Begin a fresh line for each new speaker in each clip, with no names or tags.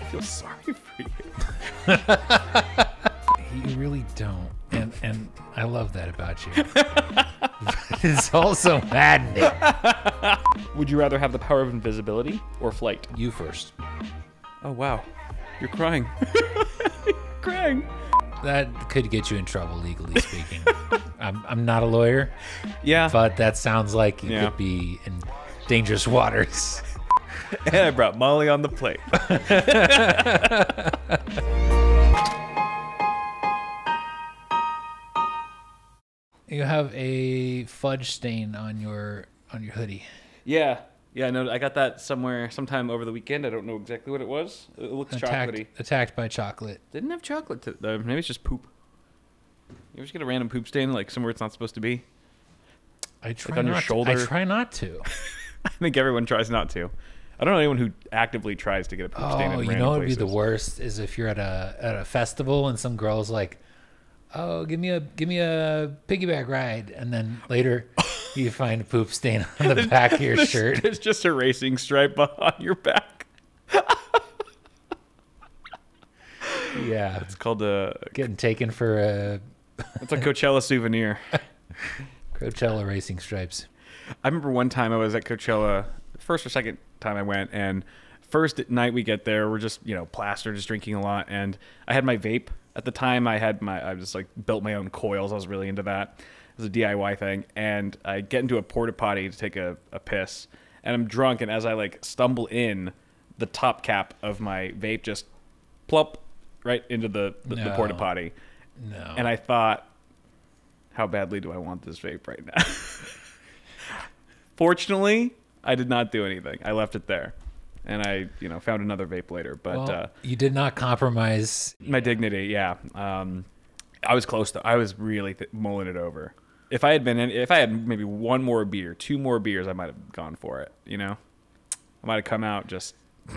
I feel sorry for you.
You really don't. And and I love that about you. but it's also maddening.
Would you rather have the power of invisibility or flight?
You first.
Oh wow, you're crying. crying.
That could get you in trouble legally speaking. I'm I'm not a lawyer,
Yeah.
but that sounds like you
Yeah.
could be in dangerous waters.
And I brought Molly on the plate.
You have a fudge stain on your on your hoodie.
yeah. Yeah, no, I got that somewhere sometime over the weekend. I don't know exactly what it was. It looks
Attacked
chocolatey.
attacked by chocolate.
Didn't have chocolate to though. Maybe it's just poop. You ever just get a random poop stain like somewhere it's not supposed to be?
I try
on
not
your
To,
shoulder?
I try not to.
I think everyone tries not to. I don't know anyone who actively tries to get a poop stain.
Oh,
in
you
random
know what'd be the
places.
worst is if you're at a at a festival and some girl's like, "Oh, give me a give me a piggyback ride," and then later you find a poop stain on the back of your shirt.
There's just a racing stripe on your back.
Yeah,
It's called uh, a.
getting taken for uh, a
It's a Coachella souvenir.
Coachella racing stripes.
I remember one time I was at Coachella, first or second time I went, and first at night we get there, we're just you know plastered, just drinking a lot, and I had my vape at the time. I had my, I just like built my own coils. I was really into that. It was a DIY thing, and I get into a porta potty to take a, a piss, and I'm drunk, and as I like stumble in, the top cap of my vape just plump right into the the, the
No.
porta potty,
No,
and I thought, how badly do I want this vape right now? Fortunately, I did not do anything. I left it there, and I, you know, found another vape later. But
Well,
uh,
you did not compromise.
my dignity, yeah. Um, I was close to. I was really th- mulling it over. If I had been in, if I had maybe one more beer, two more beers, I might have gone for it. You know, I might have come out just.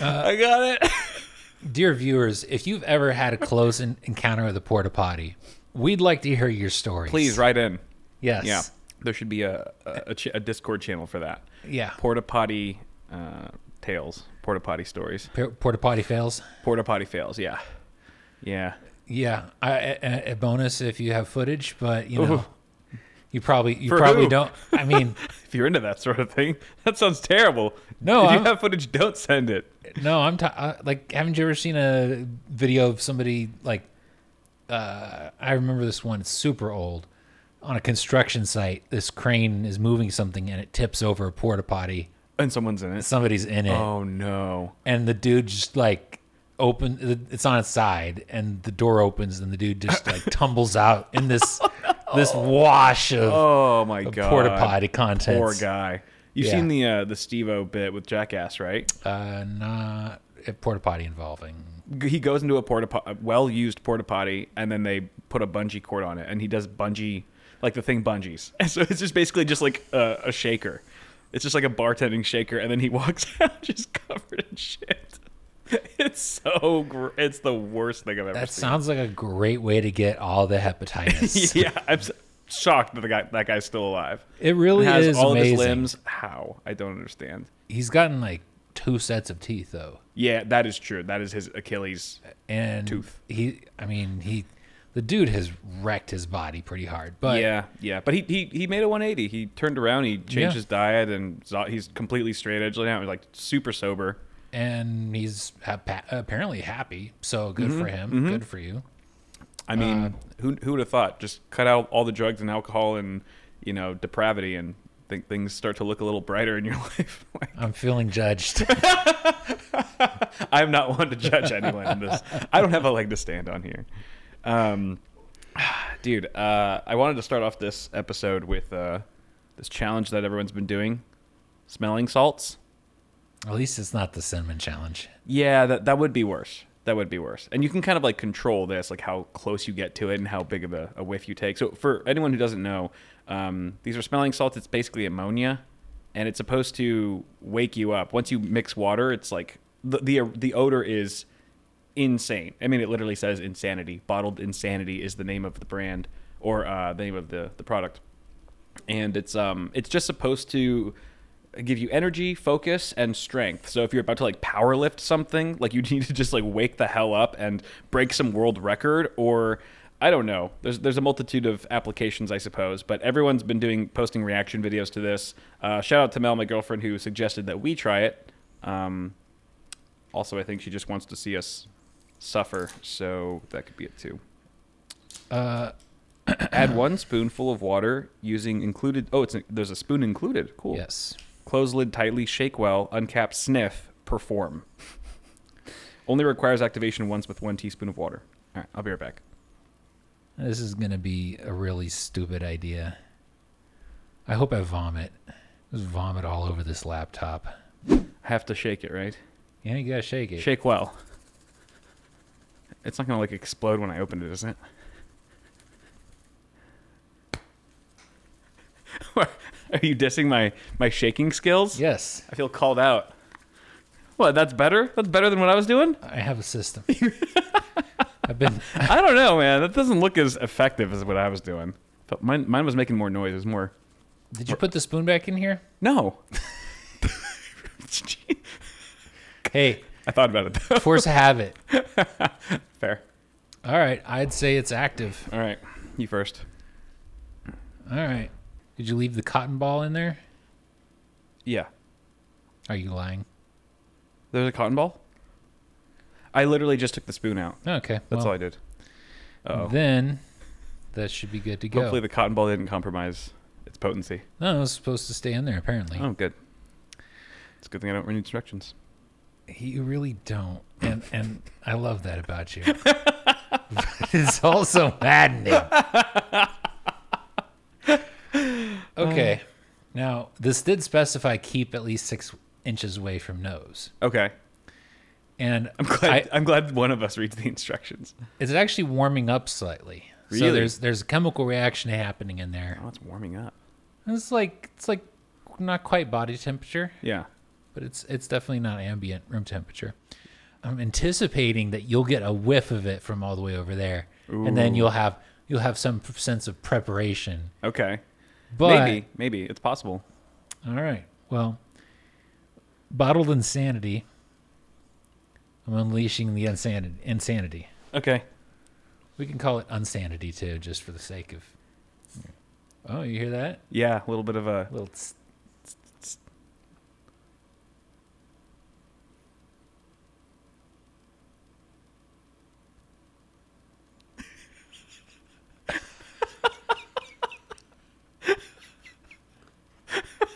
I got it.
Dear viewers, if you've ever had a close en- encounter with a porta potty, we'd like to hear your stories.
Please write in.
Yes.
Yeah, there should be a a, a, ch- a Discord channel for that.
Yeah.
porta potty uh, tales, porta potty stories,
P- porta potty fails.
porta potty fails. Yeah, yeah.
Yeah, I, a, a bonus if you have footage, but you know,
Ooh.
you probably you
For
probably
who?
don't. I mean,
If you're into that sort of thing, that sounds terrible.
No,
if
I'm-
you have footage, don't send it.
no, I'm ta- uh, like, haven't you ever seen a video of somebody like? Uh, I remember this one. It's super old. On a construction site, this crane is moving something and it tips over a porta potty.
And someone's in it.
Somebody's in it,
Oh no!
and the dude just like open. It's on its side, and the door opens, and the dude just like tumbles out in this this wash of
Oh my god!
porta potty contents.
Poor guy. You've
Yeah.
seen the uh, the Steve-O bit with Jackass, right?
Uh, not a porta potty involving.
G- he goes into a porta po- a well-used porta potty and then they put a bungee cord on it and he does bungee like the thing bungees and so it's just basically just like a, a shaker it's just like a bartending shaker and then he walks out just covered in shit it's so gr- it's the worst thing i've ever
That
seen
sounds like a great way to get all the hepatitis.
yeah i'm s- shocked that the guy that guy's still alive
It really
has
is
all
amazing.
of his limbs how i don't understand
He's gotten like two sets of teeth though,
yeah that is true that is his achilles
and
Tooth.
He, I mean, he, the dude has wrecked his body pretty hard. But
yeah, yeah. But he, he he made a 180. He turned around. He changed
Yeah.
his diet, and zo- he's completely straight edge now. He's like super sober.
and he's hap- apparently happy. So good for him. Good for you.
I mean,
Uh,
who who would have thought? Just cut out all the drugs and alcohol and you know depravity, and think things start to look a little brighter in your life. Like,
I'm feeling judged.
I'm not one to judge anyone in this. I don't have a leg to stand on here. Um, dude, uh, I wanted to start off this episode with uh, this challenge that everyone's been doing: smelling salts.
At least it's not the cinnamon challenge.
Yeah, that that would be worse. That would be worse. And you can kind of like control this, like how close you get to it and how big of a, a whiff you take. So for anyone who doesn't know, um, these are smelling salts. It's basically ammonia, and it's supposed to wake you up. Once you mix water, it's like the the, the odor is insane. I mean, it literally says insanity. Bottled insanity is the name of the brand or uh, the name of the the product and it's um it's just supposed to give you energy, focus, and strength. So if you're about to like power lift something, like you need to just like wake the hell up and break some world record or I don't know. There's there's a multitude of applications, I suppose, but everyone's been doing posting reaction videos to this. Uh, shout out to Mel, my girlfriend, who suggested that we try it. Um, also, I think she just wants to see us suffer, so that could be it too. Uh, add one spoonful of water using included. Oh, it's there's a spoon included. Cool.
Yes.
Close lid tightly, shake well, uncap, sniff, perform. Only requires activation once with one teaspoon of water. All right, I'll be right back.
This is gonna be a really stupid idea. I hope I vomit. Just vomit all over this laptop.
I have to shake it, right?
Yeah, you gotta shake it.
Shake well. It's not gonna like explode when I open it, is it? Are you dissing my my shaking skills?
Yes,
I feel called out. What? That's better. That's better than what I was doing.
I have a system. I've been.
I don't know, man. That doesn't look as effective as what I was doing. But mine mine was making more noise. It was more.
Did you put the spoon back in here?
No.
Hey,
I thought about it though.
force habit.
Fair.
All right, I'd say it's active.
All right. You first.
All right. Did you leave the cotton ball in there?
Yeah.
Are you lying?
There's a cotton ball. I literally just took the spoon out.
Okay.
That's
well,
all I did. Oh.
Then that should be good to go.
Hopefully the cotton ball didn't compromise its potency.
no, it was supposed to stay in there, apparently.
Oh, good. It's a good thing I don't read instructions.
You really don't. And and I love that about you. but it's also maddening. Okay.
Uh.
now, this did specify keep at least six inches away from nose.
Okay.
And
I'm glad I, am glad one of us reads the instructions.
it's actually warming up slightly.
Really?
So there's there's a chemical reaction happening in there.
Oh, it's warming up.
It's like it's like not quite body temperature,
Yeah.
but it's it's definitely not ambient room temperature. I'm anticipating that you'll get a whiff of it from all the way over there, and then you'll have you'll have some p- sense of preparation.
Okay.
But
maybe, maybe it's possible.
all right, well, bottled insanity. I'm unleashing the insanity. Insanity.
Okay.
We can call it unsanity too, just for the sake of. Oh, you hear that?
Yeah, a little bit of a
little. Tss,
tss.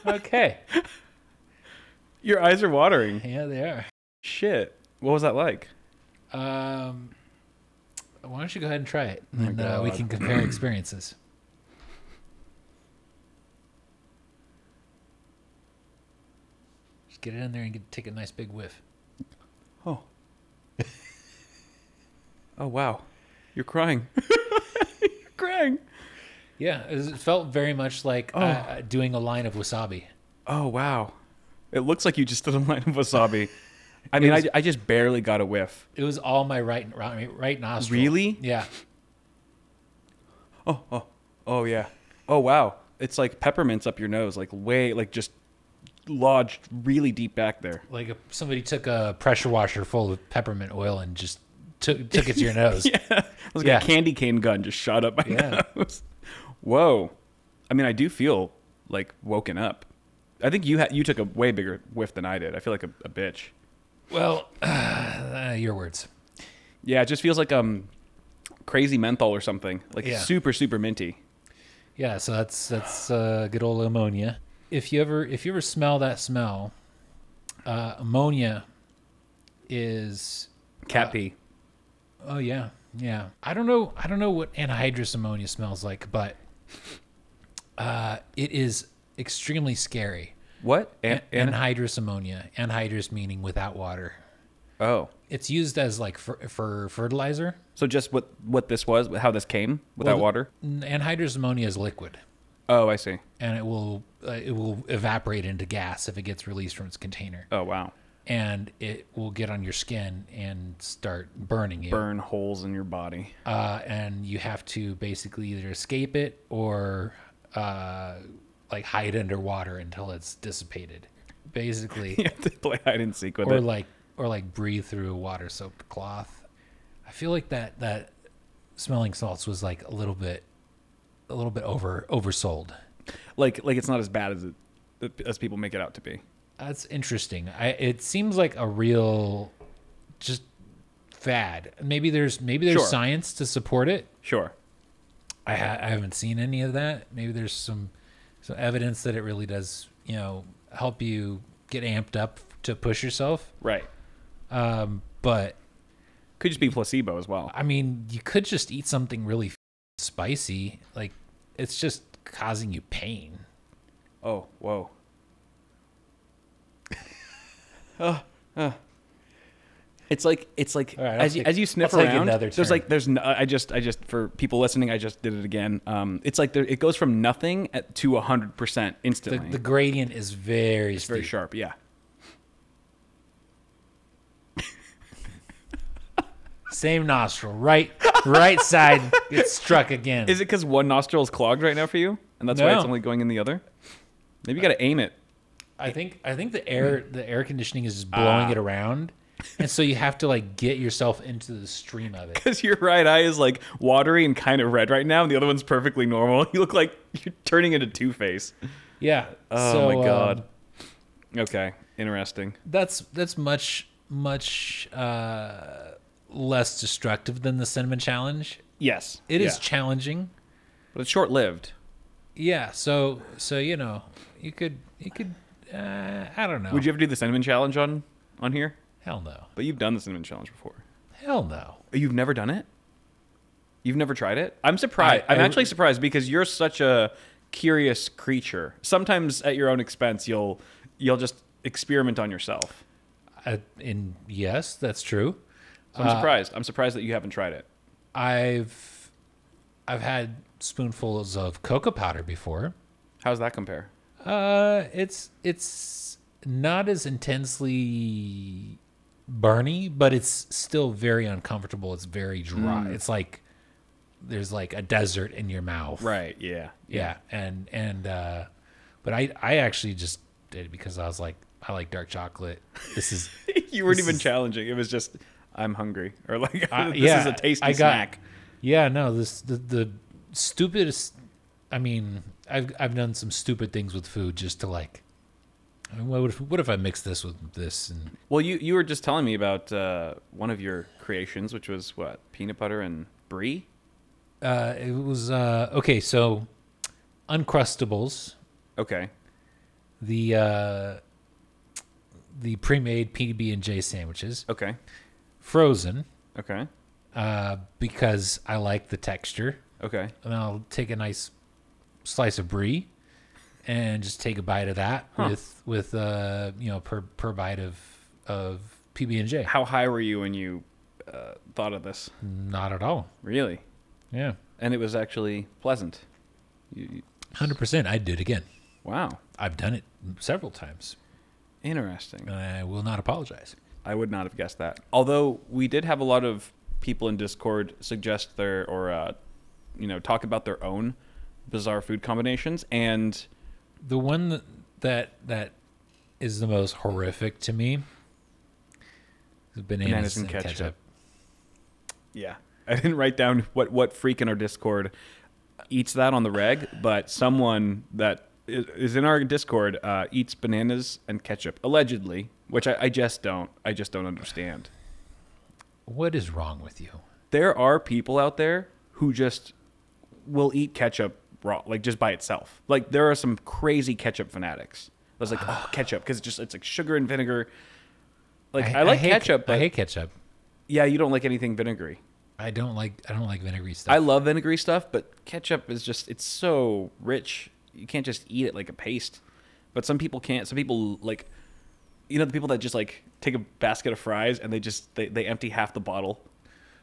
okay.
Your eyes are watering.
Yeah, they are.
Shit. What was that like?
Um, why don't you go ahead and try it, and
Oh my
uh, we
God.
can compare experiences. Just get it in there and get, take a nice big whiff.
Oh. oh wow. You're crying. You're crying.
Yeah, it, was- it felt very much like uh, uh, doing a line of wasabi.
Oh wow. It looks like you just did a line of wasabi. I mean, I, I just barely got a whiff.
It was all my right right, right nostril.
Really?
Yeah.
Oh, oh, oh yeah. Oh wow. It's like peppermints up your nose, like way, like just lodged really deep back there.
Like if somebody took a pressure washer full of peppermint oil and just took took it to your nose.
Yeah, it was like
Yeah.
a candy cane gun just shot up my
Yeah.
nose. Whoa. I mean, I do feel like woken up. I think you ha- you took a way bigger whiff than I did. I feel like a, a bitch.
Well, uh, your words.
Yeah, it just feels like um crazy menthol or something, like
Yeah.
super super minty.
Yeah, so that's that's uh, good old ammonia. If you ever if you ever smell that smell, uh, ammonia is Uh,
Cat pee.
oh yeah yeah. I don't know I don't know what anhydrous ammonia smells like, but uh, it is extremely scary.
What? An- an-
anhydrous ammonia, anhydrous meaning without water.
oh,
It's used as like for, for fertilizer.
so just what what this was, how this came without
Well,
water?
N- Anhydrous ammonia is liquid.
Oh, I see.
And it will uh, it will evaporate into gas if it gets released from its container.
Oh wow.
and it will get on your skin and start burning you.
burn holes in your body.
Uh, and you have to basically either escape it or uh, like hide underwater until it's dissipated, basically,
You have to play hide and seek with
or
it.
like or like breathe through a water soaked cloth. I feel like that that smelling salts was like a little bit a little bit over oversold.
like like it's not as bad as it as people make it out to be.
That's interesting. I it seems like a real just fad. Maybe there's maybe there's
Sure.
science to support it.
Sure.
I ha- I haven't seen any of that. Maybe there's some some evidence that it really does, you know, help you get amped up to push yourself.
Right.
Um, but
Could just be placebo as well.
I mean, you could just eat something really spicy. Like it's just causing you pain.
Oh, whoa. Uh, It's like it's like
All right, I'll
as you,
take-
as you sniff
I'll take
around.
another
there's
turn.
like there's no, I just I just for people listening I just did it again. Um, it's like there, it goes from nothing at, to hundred percent
The,
instantly.
the gradient is very
it's very
steep.
sharp. Yeah.
Same nostril, right, right side gets struck again.
Is it because one nostril is clogged right now for you, and that's why it's
No.
only going in the other? Maybe you got to aim it. Hmm. Ah.
I think I think the air the air conditioning is just blowing it around, and so you have to like get yourself into the stream of it.
Because your right eye is like watery and kind of red right now, and the other one's perfectly normal. You look like you're turning into Two Face.
Yeah.
Oh
so,
my god.
um,
okay, interesting.
that's that's much much uh, less destructive than the cinnamon challenge.
Yes,
It is
yeah.
challenging.
but it's short lived.
Yeah. So so you know you could you could uh, I don't know.
Would you ever do the cinnamon challenge on on here?
Hell no.
But you've done the cinnamon challenge before.
Hell no.
You've never done it. You've never tried it. I'm surprised.
I-
I, am
I-
actually surprised because you're such a curious creature. Sometimes at your own expense, you'll you'll just experiment on yourself.
Uh, and yes, that's true.
So
Uh,
I'm surprised. I'm surprised that you haven't tried it.
I've I've had spoonfuls of cocoa powder before.
How's that compare?
Uh, it's it's not as intensely burny, but it's still very uncomfortable. It's very dry. It's like there's like a desert in your mouth.
Right. Yeah.
Yeah. And and uh, but I I actually just did it because I was like I like dark chocolate. This is
you weren't
This
even
is-
challenging. It was just I'm hungry or like
I-
this
yeah,
is a tasty
I got-
snack.
Yeah, no, this the, the stupidest. I mean, I've I've done some stupid things with food just to like. I mean, what if what if I mix this with this and
Well, you you were just telling me about uh, one of your creations, which was what peanut butter and brie.
uh, it was uh, okay. So, Uncrustables,
Okay,
the uh, the pre-made PB and J sandwiches,
okay,
frozen
okay,
uh, because I like the texture,
okay.
and I'll take a nice slice of brie and just take a bite of that with with uh, you know per per bite of of PB and J.
How high were you when you uh, thought of this?
Not at all.
Really?
Yeah,
And it was actually pleasant. You, you-
hundred percent. I'd do it again.
wow,
I've done it several times.
interesting.
and I will not apologize.
I would not have guessed that. Although we did have a lot of people in Discord suggest their or uh, you know talk about their own bizarre food combinations and.
the one th- that that is the most horrific to me is bananas,
Bananas
and
and
ketchup.
ketchup. Yeah. I didn't write down what what freak in our Discord eats that on the reg, but someone that is, is in our Discord uh, eats bananas and ketchup allegedly, which I, I just don't. I just don't understand.
What is wrong with you?
There are people out there who just will eat ketchup raw, like just by itself. Like there are some crazy ketchup fanatics. I was like, oh, ketchup, because just it's like sugar and vinegar. Like I, like
hate-
ketchup, but
I hate ketchup.
yeah, you don't like anything vinegary.
I don't like I don't like vinegary stuff.
I love vinegary stuff, but ketchup is just it's so rich. You can't just eat it like a paste. But some people can't. Some people like you know the people that just like take a basket of fries and they just they, they empty half the bottle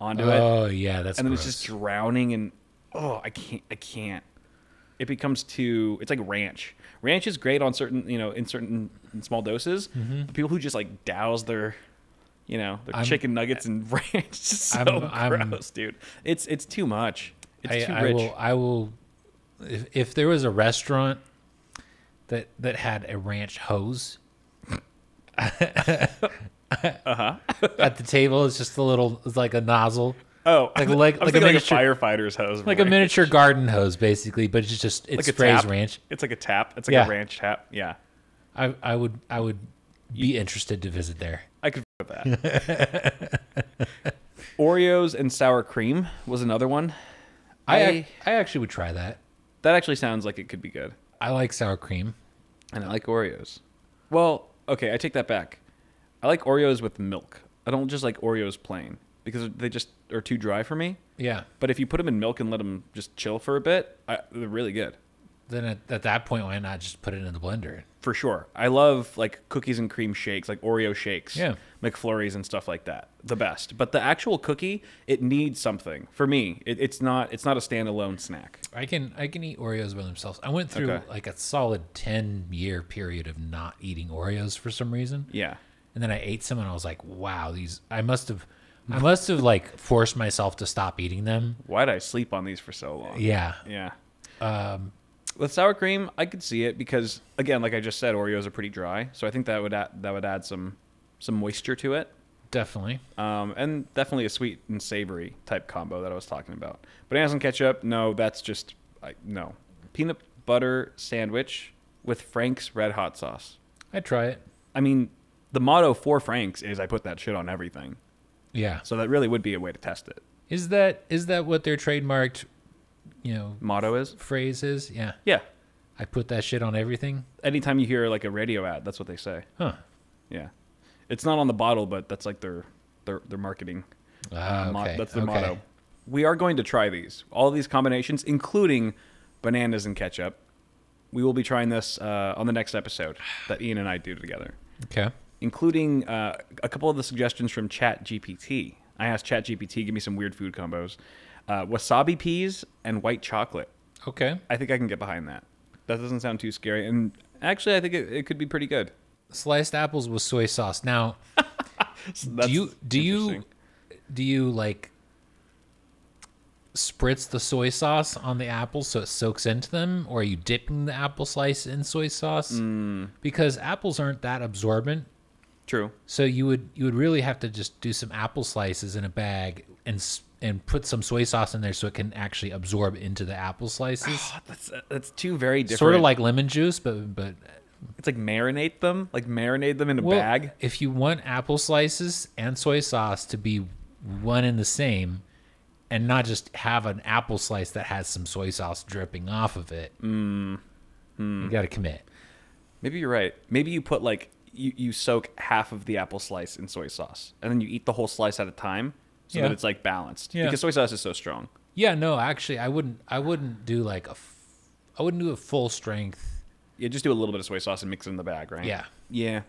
onto it
oh yeah, that's
and then
gross.
it's just drowning and oh, I can't I can't. It becomes too it's like ranch. Ranch is great on certain, you know, in certain in small doses. But people who just like douse their you know, their
Mm-hmm. I'm-
chicken nuggets and ranch. It's just so
I'm- I'm-
gross, dude. It's it's too much. It's
I,
too
I
rich.
will I will if, if there was a restaurant that that had a ranch hose.
Uh-huh.
uh huh. At the table, it's just a little, it's like a nozzle,
Oh, like
Like- like- like a
like, like a
miniature-
firefighter's hose,
like a
right?
miniature garden hose, basically. But it's just it
Like a
sprays
tap.
ranch.
It's like a tap. It's like
Yeah.
a ranch tap. Yeah,
I I would I would be interested to visit there.
I could f- with that. Oreos and sour cream was another one.
I
I-
ac- I actually would try that.
That actually sounds like it could be good.
I like sour cream.
And I like Oreos. Well, okay, I take that back. I like Oreos with milk. I don't just like Oreos plain because they just are too dry for me.
Yeah.
But if you put them in milk and let them just chill for a bit, I, they're really good
Then at, at that point, why not just put it in the blender?
for sure. I love like cookies and cream shakes, like Oreo shakes,
Yeah.
McFlurries and stuff like that. The best. But the actual cookie, it needs something for me. It, it's not. It's not a standalone snack.
I can I can eat Oreos by themselves. I went through
Okay.
like a solid ten year period of not eating Oreos for some reason.
Yeah.
And then I ate some and I was like, wow, these I must have I must have like forced myself to stop eating them.
Why'd I sleep on these for so long?
Yeah.
Yeah. Um, with sour cream, I could see it because again, like I just said, Oreos are pretty dry, so I think that would add, that would add some some moisture to it,
Definitely.
um, and definitely a sweet and savory type combo that I was talking about. Bananas and ketchup, no, that's just I, no peanut butter sandwich with Frank's red hot sauce.
I'd try it.
I mean, the motto for Frank's is I put that shit on everything,
Yeah.
so that really would be a way to test it.
Is that is that what their trademarked, you know,
Motto is
phrase is? Yeah.
yeah.
I put that shit on everything.
Anytime you hear like a radio ad, that's what they say.
Huh.
Yeah, it's not on the bottle, but that's like their their their marketing. uh,
Ah,
mo-
okay,
that's their
okay.
motto. We are going to try these, all these combinations, including bananas and ketchup. We will be trying this uh, on the next episode that Ian and I do together,
Okay.
including uh, a couple of the suggestions from Chat GPT. I asked Chat GPT, give me some weird food combos, uh, wasabi peas and white chocolate.
Okay.
I think I can get behind that. That doesn't sound too scary, and actually, I think it, it could be pretty good.
Sliced apples with soy sauce. Now,
So
do
that's
you do you
interesting.
do you like spritz the soy sauce on the apples so it soaks into them or are you dipping the apple slice in soy sauce
Mm.
because apples aren't that absorbent
True.
so you would you would really have to just do some apple slices in a bag and s- and put some soy sauce in there so it can actually absorb into the apple slices
That's uh, that's two very different.
sort of like lemon juice but but
it's like marinate them, like marinate them in a
Well,
bag.
If you want apple slices and soy sauce to be one and the same, and not just have an apple slice that has some soy sauce dripping off of it,
Mm, hmm.
you got to commit.
Maybe you're right. Maybe you put like you, you soak half of the apple slice in soy sauce, and then you eat the whole slice at a time, so
Yeah.
that it's like balanced.
Yeah.
Because soy sauce is so strong.
Yeah, no, actually, I wouldn't. I wouldn't do like a. F- I wouldn't do a full strength.
You just do a little bit of soy sauce and mix it in the bag, right?
Yeah.
Yeah.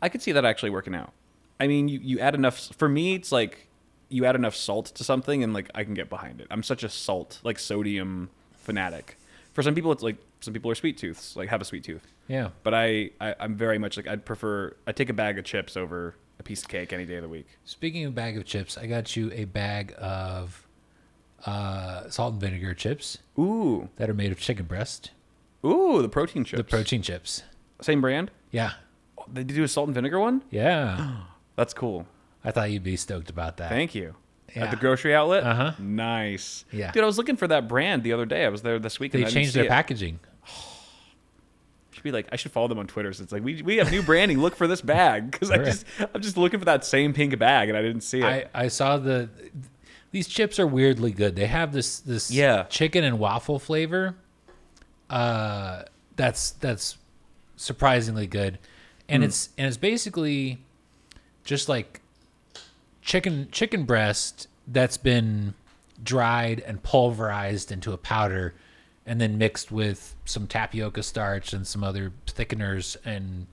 I could see that actually working out. I mean, you, you add enough. For me, it's like you add enough salt to something, and like I can get behind it. I'm such a salt, like sodium fanatic. For some people, it's like some people are sweet tooths, like have a sweet tooth.
Yeah.
But I, I, I'm very much like I'd prefer I take a bag of chips over a piece of cake any day of the week.
Speaking of bag of chips, I got you a bag of uh, salt and vinegar chips
Ooh,
that are made of chicken breast.
ooh, the protein chips.
The protein chips.
Same brand.
Yeah.
Oh, They do a salt and vinegar one.
Yeah.
That's cool.
I thought you'd be stoked about that.
Thank you.
Yeah.
At the grocery outlet.
Uh-huh.
Nice.
Yeah.
Dude, I was looking for that brand the other day. I was there this week.
They
and I didn't
changed
see
their
it.
packaging.
Should be like I should follow them on Twitter. So it's like we, we have new branding. Look for this bag because I
Right.
just I'm just looking for that same pink bag and I didn't see it.
I, I saw the these chips are weirdly good. They have this this
Yeah.
chicken and waffle flavor. Uh that's that's surprisingly good. And it's and it's basically just like chicken chicken breast that's been dried and pulverized into a powder and then mixed with some tapioca starch and some other thickeners and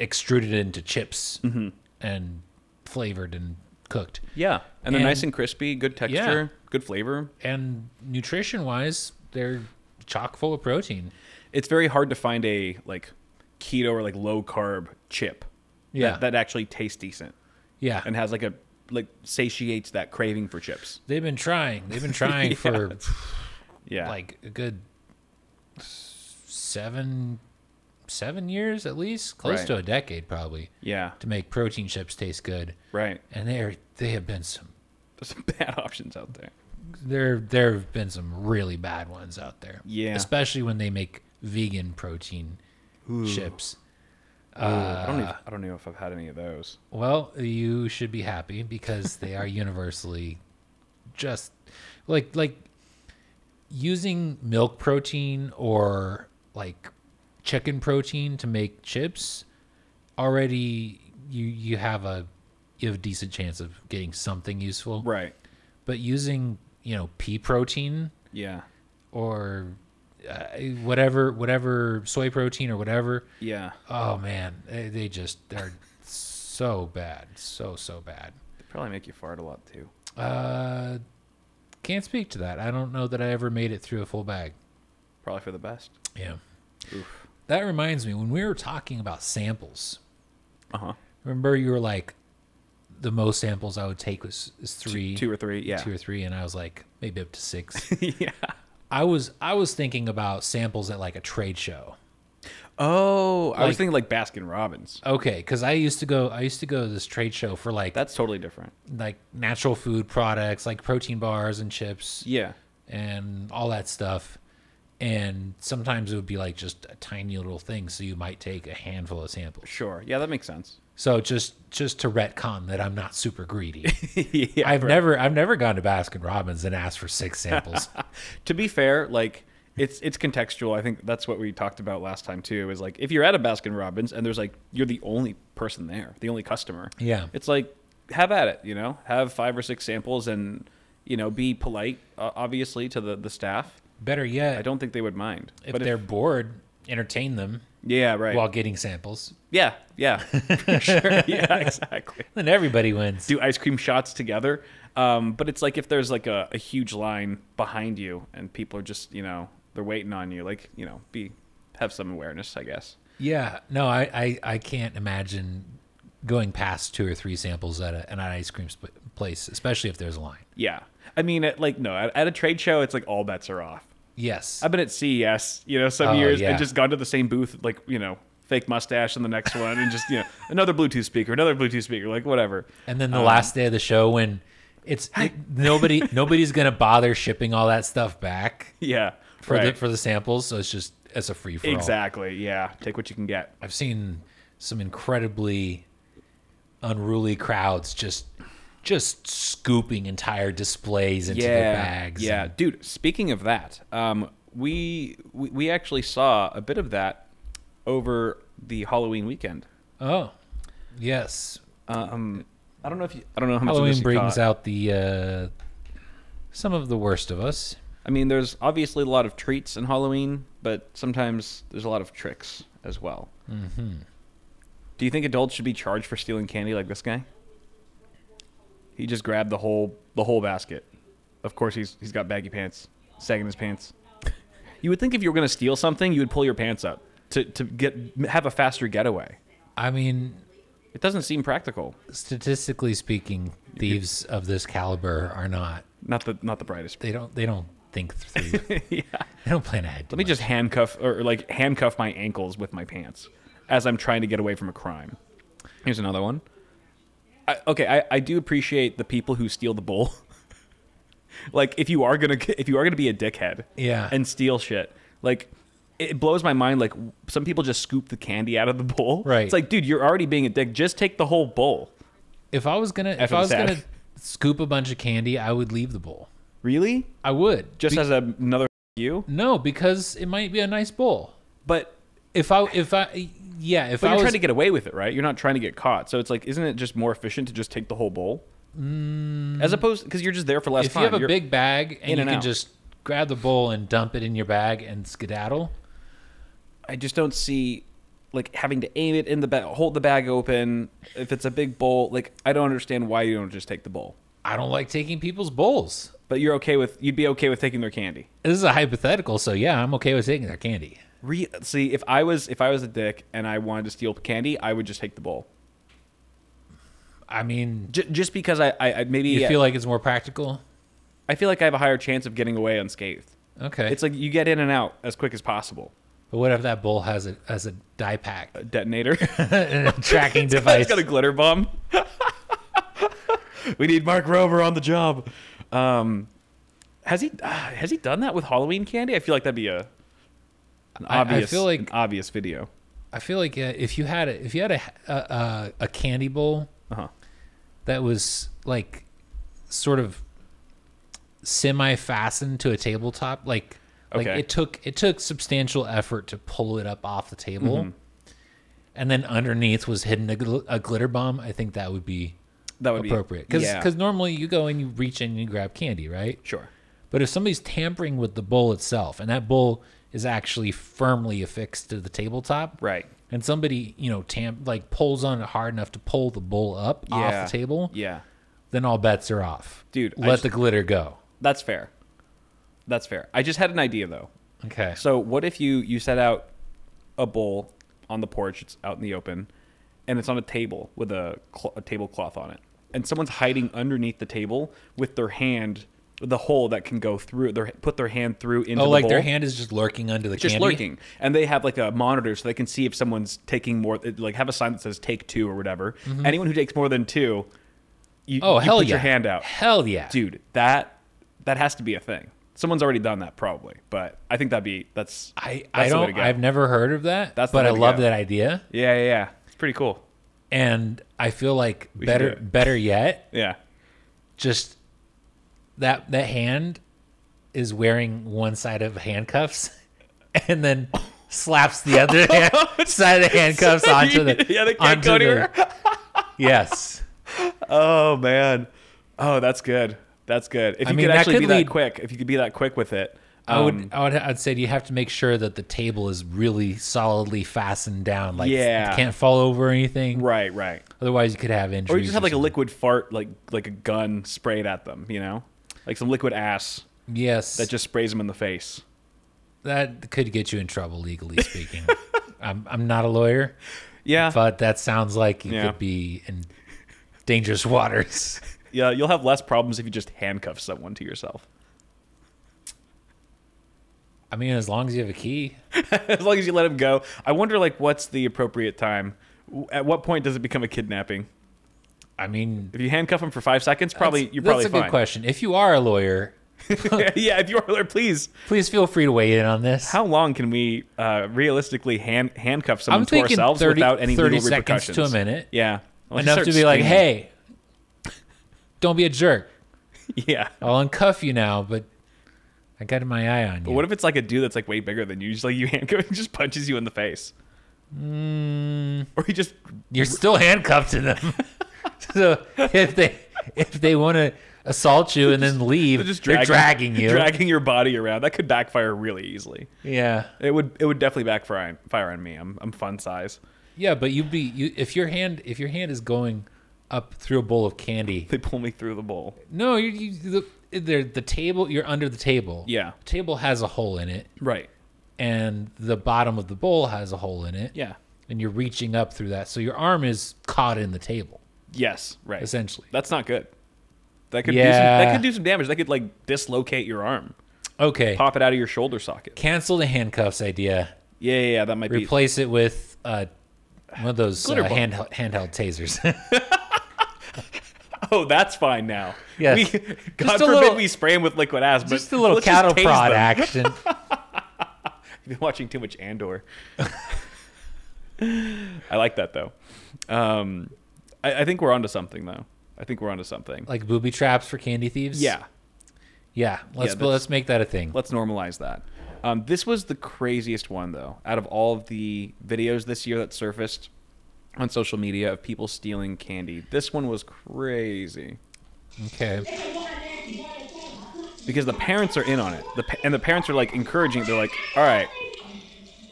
extruded into chips and flavored and cooked
yeah, and they're
And-
nice and crispy, good texture, good flavor.
and nutrition wise they're chock full of protein
It's very hard to find a like keto or like low carb chip.
Yeah.
that, that actually tastes decent
yeah
and has like a like satiates that craving for chips.
they've been trying they've been trying for
Yeah,
like a good seven seven years at least, close
Right.
to a decade probably,
Yeah.
to make protein chips taste good.
Right.
And there, they have been some.
There's some bad options out there.
There, there have been some really bad ones out there.
Yeah.
Especially when they make vegan protein chips. Uh,
I don't even, I don't know if I've had any of those.
Well, you should be happy because they are universally just like like using milk protein or like chicken protein to make chips already you you have a you have a decent chance of getting something useful.
Right.
But using, you know, pea protein
Yeah.
or uh, whatever whatever soy protein or whatever
Yeah.
Oh man, they, they just they're so bad, so so bad.
They probably make you fart a lot too.
Uh, can't speak to that. I don't know that I ever made it through a full bag.
Probably for the best.
Yeah.
Oof.
That reminds me when we were talking about samples.
Uh huh.
Remember you were like, the most samples I would take was is three,
Two or three. Yeah.
two or three, and I was like maybe up to six.
yeah.
I was I was thinking about samples at like a trade show.
Oh, I
Like-
was thinking like Baskin Robbins.
Okay, because I used to go I used to go to this trade show for like
That's totally different.
like natural food products like protein bars and chips.
Yeah.
and all that stuff. And sometimes it would be like just a tiny little thing, so you might take a handful of samples.
Sure. Yeah, that makes sense.
So just just to retcon that I'm not super greedy.
yeah.
I've never I've never gone to Baskin Robbins and asked for six samples.
to be fair, like it's it's contextual. I think that's what we talked about last time too. Is like if you're at a Baskin Robbins and there's like you're the only person there, the only customer.
Yeah.
It's like have at it. You know, have five or six samples and you know be polite, uh, obviously, to the the staff.
Better
I
yet,
don't think they would mind.
if they're bored, entertain them
yeah, right.
while getting samples.
yeah, yeah, For sure. Yeah, exactly.
Then everybody wins.
do ice cream shots together. Um, but it's like if there's like a, a huge line behind you and people are just, you know, they're waiting on you, like, you know, be have some awareness, I guess.
Yeah, no, I, I, I can't imagine going past two or three samples at, a, at an ice cream sp- place, especially if there's a line.
Yeah. I mean, at, like, no, at, at a trade show, it's like all bets are off.
Yes,
I've been at CES, you know, some
Oh,
years
yeah.
and just gone to the same booth, like, you know, fake mustache and the next one and just, you know, another Bluetooth speaker, another Bluetooth speaker, like whatever.
And
Um,
then the last day of the show when it's it, nobody nobody's gonna bother shipping all that stuff back
Yeah.
for
right.
the for the samples, so it's just it's a free for all.
exactly. Yeah. Take what you can get.
I've seen some incredibly unruly crowds just just scooping entire displays into their bags.
Yeah, dude. Speaking of that, um, we, we we actually saw a bit of that over the Halloween weekend.
Oh, yes.
Um, I don't know if you, I don't know how much of this
Halloween
you
brings
caught.
out the uh, some of the worst of us.
I mean, there's obviously a lot of treats in Halloween, but sometimes there's a lot of tricks as well. Mm-hmm. Do you think adults should be charged for stealing candy like this guy? He just grabbed the whole the whole basket. Of course, he's he's got baggy pants, sagging his pants. You would think if you were going to steal something, you would pull your pants up to to get have a faster getaway.
I mean,
It doesn't seem practical.
statistically speaking, thieves of this caliber are not
Not the not the brightest.
they don't they don't think through. yeah. They don't plan ahead.
Let me just handcuff or like handcuff my ankles with my pants as I'm trying to get away from a crime. Here's another one. I, okay, I, I do appreciate the people who steal the bowl. like if you are gonna if you are gonna be a dickhead,
Yeah.
and steal shit, like it blows my mind. Like some people just scoop the candy out of the bowl.
Right.
It's like, dude, you're already being a dick. Just take the whole bowl.
if I was gonna if
After
I
the
was
sad.
gonna scoop a bunch of candy, I would leave the bowl.
Really?
I would.
Just
Be-
as a, another you.
no, because it might be a nice bowl.
But
If I if I yeah if
But
I
you're
was
trying to get away with it, right? You're not trying to get caught. So it's like, isn't it just more efficient to just take the whole bowl? As opposed, because you're just there for less
Mm. if you
time.
have a
You're-
big bag and
in
you
and
can
out.
just grab the bowl and dump it in your bag and skedaddle.
I just don't see like having to aim it in the bag, hold the bag open. If it's a big bowl, like I don't understand why you don't just take the bowl.
I don't like taking people's bowls.
But you're okay with you'd be okay with taking their candy.
This is a hypothetical, so yeah, I'm okay with taking their candy.
Re- see, if I was if I was a dick and I wanted to steal candy, I would just take the bowl.
I mean,
J- just because I, I, I maybe
you feel like it's more practical.
I feel like I have a higher chance of getting away unscathed.
Okay.
It's like you get in and out as quick as possible.
But what if that bull has a has a die pack,
A detonator.
and a tracking
He's
device?
got a glitter bomb. we need Mark Rover on the job. Um, has he uh, has he done that with Halloween candy? I feel like that'd be a an
I- I
obvious
feel like-
an obvious video.
I feel like uh, if you had a, if you had a a, a, a candy bowl
Uh-huh.
that was like sort of semi fastened to a tabletop, like like
Okay.
it took it took substantial effort to pull it up off the table,
Mm-hmm.
and then underneath was hidden a, gl- a glitter bomb. I think that would be
That would
appropriate
be
because
yeah.
normally you go and you reach in and you grab candy, right?
sure.
But if somebody's tampering with the bowl itself, and that bowl is actually firmly affixed to the tabletop,
Right.
and somebody you know tam like pulls on it hard enough to pull the bowl up
Yeah.
off the table,
Yeah.
then all bets are off.
Dude, I
let
just-
the glitter go.
That's fair. That's fair. I just had an idea though.
Okay.
So what if you you set out a bowl on the porch? It's out in the open, and it's on a table with a, cl- a tablecloth on it, and someone's hiding underneath the table with their hand, the hole that can go through. Their put their hand through into
oh,
the
like
bowl.
their hand is just lurking under the
Just
candy.
lurking, and they have like a monitor so they can see if someone's taking more. Like have a sign that says "Take two or whatever. Anyone who takes more than two, you,
Mm-hmm. Oh
you
hell
put
yeah!
your hand out,
Hell yeah,
dude. That that has to be a thing. Someone's already done that probably, but I think that'd be that's
I,
that's
I
the way to
don't.
go.
I've never heard of that.
That's the
but
way
I
to
love
go.
that idea,
Yeah, yeah, yeah. It's pretty cool.
and I feel like
should
better.
do it.
Better yet,
Yeah.
just that that hand is wearing one side of handcuffs and then slaps the other hand, side of the handcuffs onto the
Yeah, they can't go anywhere.
yes
Oh man. Oh, that's good. That's good. If you
mean,
could
that
actually
could
be
lead-
that quick, if you could be that quick with it.
I would,
um,
I would, I'd say you have to make sure that the table is really solidly fastened down. Like,
Yeah.
it can't fall over or anything.
Right, right.
Otherwise, you could have injuries.
Or you just have like a
something.
liquid fart, like like a gun sprayed at them. You know, like some liquid ass
yes,
that just sprays them in the face.
that could get you in trouble legally speaking. I'm, I'm not a lawyer,
Yeah,
but that sounds like you
Yeah.
could be in dangerous waters.
yeah. You'll have less problems if you just handcuff someone to yourself,
I mean, as long as you have a key.
as long as you let them go. I wonder, like, what's the appropriate time? W- At what point does it become a kidnapping?
I mean,
If you handcuff them for five seconds, probably
that's,
you're
that's
probably
a
fine.
good question. If you are a lawyer,
yeah, if you are, there, please.
please feel free to weigh in on this.
How long can we uh, realistically hand, handcuff someone
I'm
to
thinking
ourselves
30,
without any
30
legal
seconds
repercussions?
to a minute.
Yeah, Unless you
enough to
start
be like,
screaming.
hey, don't be a jerk.
yeah.
I'll uncuff you now, but I got my eye on you.
But what if it's like a dude that's like way bigger than you? Just like you handcuff, and just punches you in the face,
Mm.
or he just
You're still handcuffed to them. so if they if they want to assault you and then leave,
they're
they're,
just
dragging you.
dragging your body around. That could backfire really easily.
Yeah,
It would, it would definitely backfire fire on me. I'm, I'm fun size.
yeah, but you'd be you if your hand if your hand is going up through a bowl of candy.
They pull me through the bowl.
No, you, you the, they're- the table. You're under the table.
Yeah.
The table has a hole in it,
Right.
and the bottom of the bowl has a hole in it.
Yeah.
And you're reaching up through that, so your arm is caught in the table,
Yes. Right.
essentially.
That's not good. That could do some,
Yeah.
that could do some damage. That could like dislocate your arm,
Okay.
pop it out of your shoulder socket.
Cancel the handcuffs idea.
Yeah, yeah, yeah that might be.
Replace it with uh, one of those uh,
Glitter bomb.
hand, handheld tasers.
Oh, that's fine now.
Yes.
We,
Just
God
a
forbid
little-
we spray him with liquid ass, but
just a little
let's
cattle
tase
prod
them.
action.
You've been watching too much Andor. I like that though. Um, I, I think we're onto something though. I think we're onto something.
like booby traps for candy thieves.
Yeah,
Yeah. Let's
that's-
let's make that a thing.
let's normalize that. Um, this was the craziest one though, out of all of the videos this year that surfaced on social media of people stealing candy. This one was crazy.
Okay.
because the parents are in on it. The, pa- and the parents are like encouraging. it. They're like, all right.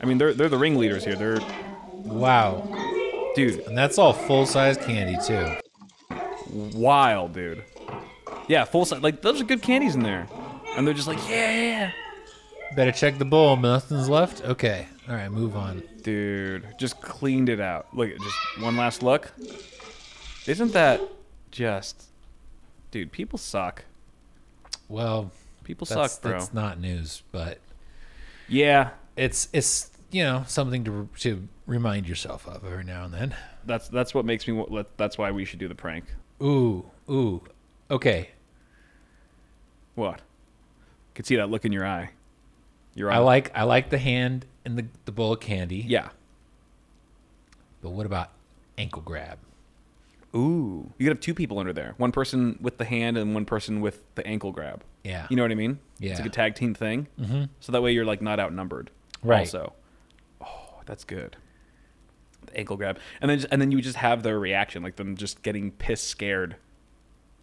I mean, they're they're the ringleaders here. They're
Wow.
dude,
And that's all full size candy too.
wild, dude. Yeah, full size. Like those are good candies in there, and they're just like, yeah, yeah,
Better check the bowl. Nothing's left. Okay. All right. Move on.
yeah. dude. Just cleaned it out. Look, just one last look. Isn't that just, dude? People suck.
Well,
People
that's,
suck, bro.
that's not news, but
yeah,
it's it's you know something to to remind yourself of every now and then.
That's that's what makes me. wa- let- That's why we should do the prank.
Ooh, ooh. Okay,
What? Could see that look in your eye. Your eye.
I like I like the hand and the the bowl of candy.
Yeah.
But what about ankle grab?
Ooh. You could have two people under there. One person with the hand and one person with the ankle grab.
Yeah.
You know what I mean? It's
Yeah.
like a tag team thing. Mm-hmm. So that way you're like not outnumbered.
Right.
Also. Oh, that's good. The ankle grab, and then just, and then you just have their reaction, like them just getting piss scared.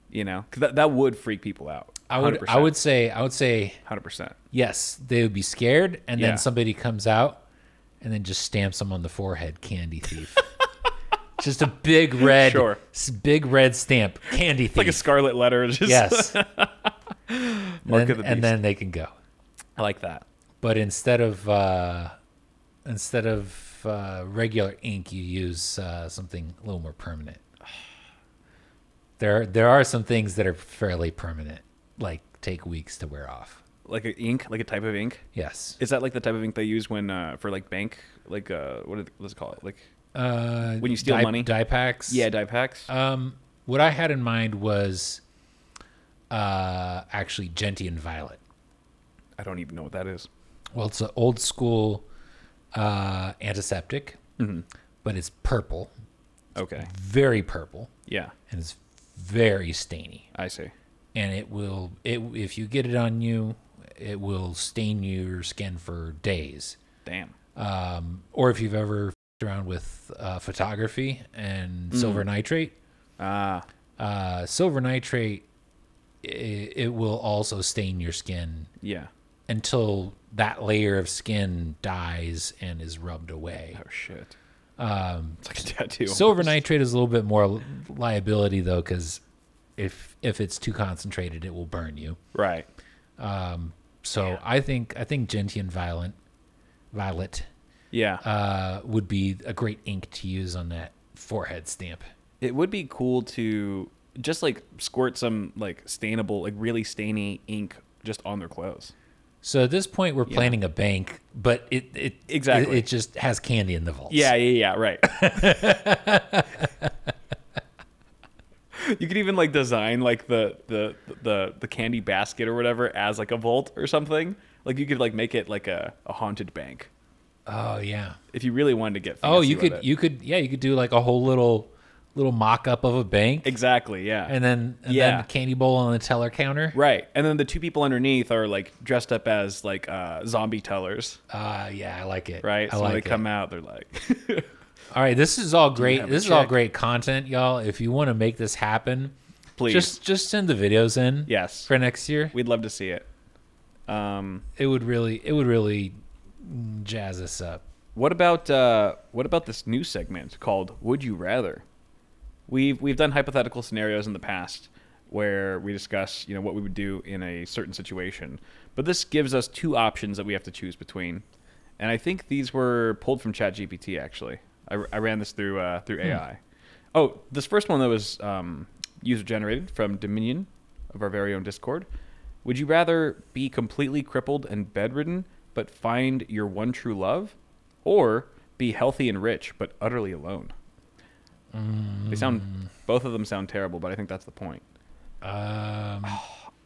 You know, 'Cause that that would freak people out.
I would I would say I would say
hundred percent.
yes, they would be scared and
Yeah.
then somebody comes out and then just stamps them on the forehead, candy thief. just a big red
Sure.
s- big red stamp, candy thief.
Like a scarlet letter. Just
yes.
Mark
Then-
of the beast.
and then they can go.
I like that.
But instead of uh, instead of uh, regular ink, you use uh, something a little more permanent. There, there are some things that are fairly permanent, like take weeks to wear off.
Like a ink, like a type of ink.
Yes.
Is that like the type of ink they use when uh, for like bank, like uh, what is, what's it called? Like
Uh,
When you steal
dye-
money?
dye packs.
yeah, die packs.
Um, what I had in mind was uh, actually gentian violet.
I don't even know what that is.
Well, it's an old school uh, antiseptic,
Mm-hmm.
but it's purple,
Okay.
very purple.
Yeah,
and it's very stainy
I see.
and it will it if you get it on you it will stain your skin for days
Damn.
um, or if you've ever f***ed around with uh, photography and
Mm.
silver nitrate
Ah,
uh, silver nitrate it, it will also stain your skin
yeah.
until that layer of skin dies and is rubbed away
Oh shit. Um, it's like a tattoo.
Silver nitrate is a little bit more li- liability though, because if if it's too concentrated, it will burn you.
Right.
So I think I think gentian violet, violet,
Yeah.
uh, would be a great ink to use on that forehead stamp.
it would be cool to just like squirt some like stainable, like really stainy ink just on their clothes.
So at this point, we're planning a bank, but it it
Exactly.
it, it just has candy in the vaults.
Yeah, yeah, yeah, right. you could even like design like the, the the the candy basket or whatever as like a vault or something. Like you could like make it like a, a haunted bank
Oh yeah.
if you really wanted to get. Fancy
Oh, you
with
could
it.
you could yeah you could do like a whole little little mock up of a bank,
exactly yeah
and then and
Yeah.
then candy bowl on the teller counter.
right and then the two people underneath are like dressed up as like uh, zombie tellers
Uh, yeah, I like it.
right.
I
so
like
they
it.
come out they're like
All right, this is all great.
have a
This is all
check?
great content, y'all. If you want to make this happen,
please
just just send the videos in.
Yes.
for next year,
we'd love to see it. Um,
it would really it would really jazz us up.
What about uh, what about this new segment called "Would You Rather"? We've we've done hypothetical scenarios in the past where we discuss you know what we would do in a certain situation, but this gives us two options that we have to choose between, and I think these were pulled from ChatGPT actually. I, I ran this through uh, through AI. Oh, this first one that was um, user generated from Dominion of our very own Discord. Would you rather be completely crippled and bedridden but find your one true love, or be healthy and rich but utterly alone? They
Mm.
sound both of them sound terrible, but I think that's the point.
Um,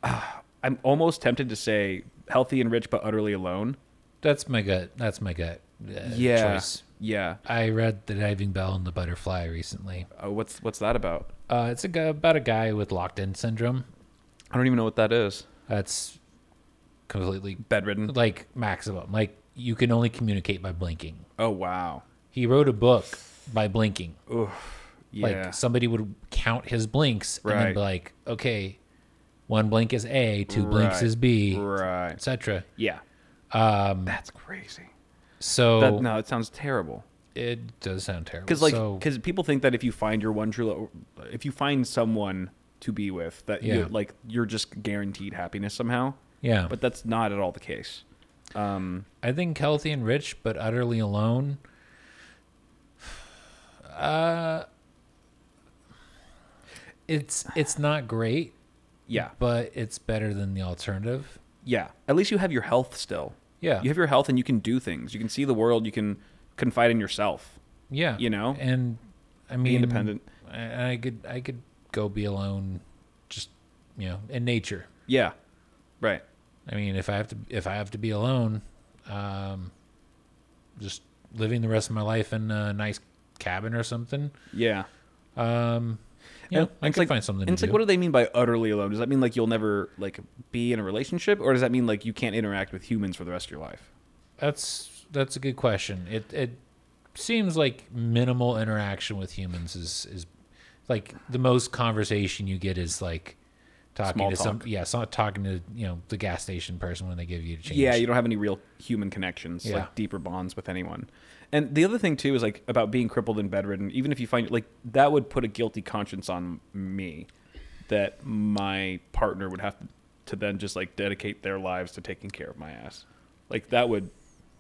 I'm almost tempted to say healthy and rich but utterly alone.
that's my gut. That's my gut. Uh, choice.
yeah.
I read The Diving Bell and the Butterfly recently.
Uh, what's what's that about?
Uh, it's a, gu- about a guy with locked-in syndrome.
I don't even know what that is.
That's completely
Bedridden.
like maximum. Like you can only communicate by blinking.
Oh wow.
He wrote a book by blinking.
Yeah.
Like somebody would count his blinks and
Right.
then be like, okay, one blink is A, two blinks
Right.
is B,
Right.
etc.
Yeah. Um, that's crazy.
So
That, no, it sounds terrible.
it does sound terrible.
Because like,
So-
because people think that if you find your one true, lo- if you find someone to be with, that you
Yeah.
like you're just guaranteed happiness somehow.
yeah,
But that's not at all the case.
I think healthy and rich, but utterly alone. Uh, it's it's not great,
Yeah.
Mm. but it's better than the alternative.
Yeah. At least you have your health still.
Yeah.
You have your health and you can do things. You can see the world. You can confide in yourself.
Yeah,
you know?
and I mean,
independent.
I, I could I could go be alone, just you know, in nature.
Yeah. Right.
I mean, if I have to if I have to be alone, um, just living the rest of my life in a nice cabin or something.
Yeah.
Um,
And-
yeah, I
and it's
could
like-
find something.
And
to
it's like,
do.
what do they mean by utterly alone? Does that mean like you'll never like be in a relationship, or does that mean like you can't interact with humans for the rest of your life?
That's that's a good question. It it seems like minimal interaction with humans is is like the most conversation you get is like talking
Small
to some
talk.
yeah, so talking to you know the gas station person when they give you a change.
Yeah, you don't have any real human connections,
Yeah.
like deeper bonds with anyone. And the other thing too is like about being crippled and bedridden. Even if you find like that would put a guilty conscience on me, that my partner would have to, to then just like dedicate their lives to taking care of my ass. Like that would,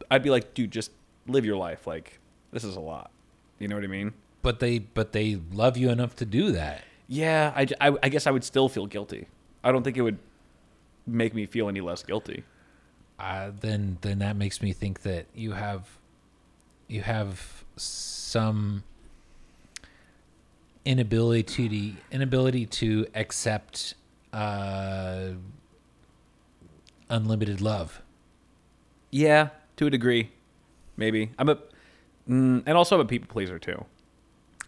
I'd be like, dude, just live your life. Like this is a lot. You know what I mean?
but they but they love you enough to do that.
Yeah, I, j- I- I guess I would still feel guilty. I don't think it would make me feel any less guilty.
Uh, then then that makes me think that you have you have some inability to the inability to accept uh, unlimited love.
Yeah, to a degree, maybe. I'm a, mm, and also I'm a people pleaser too.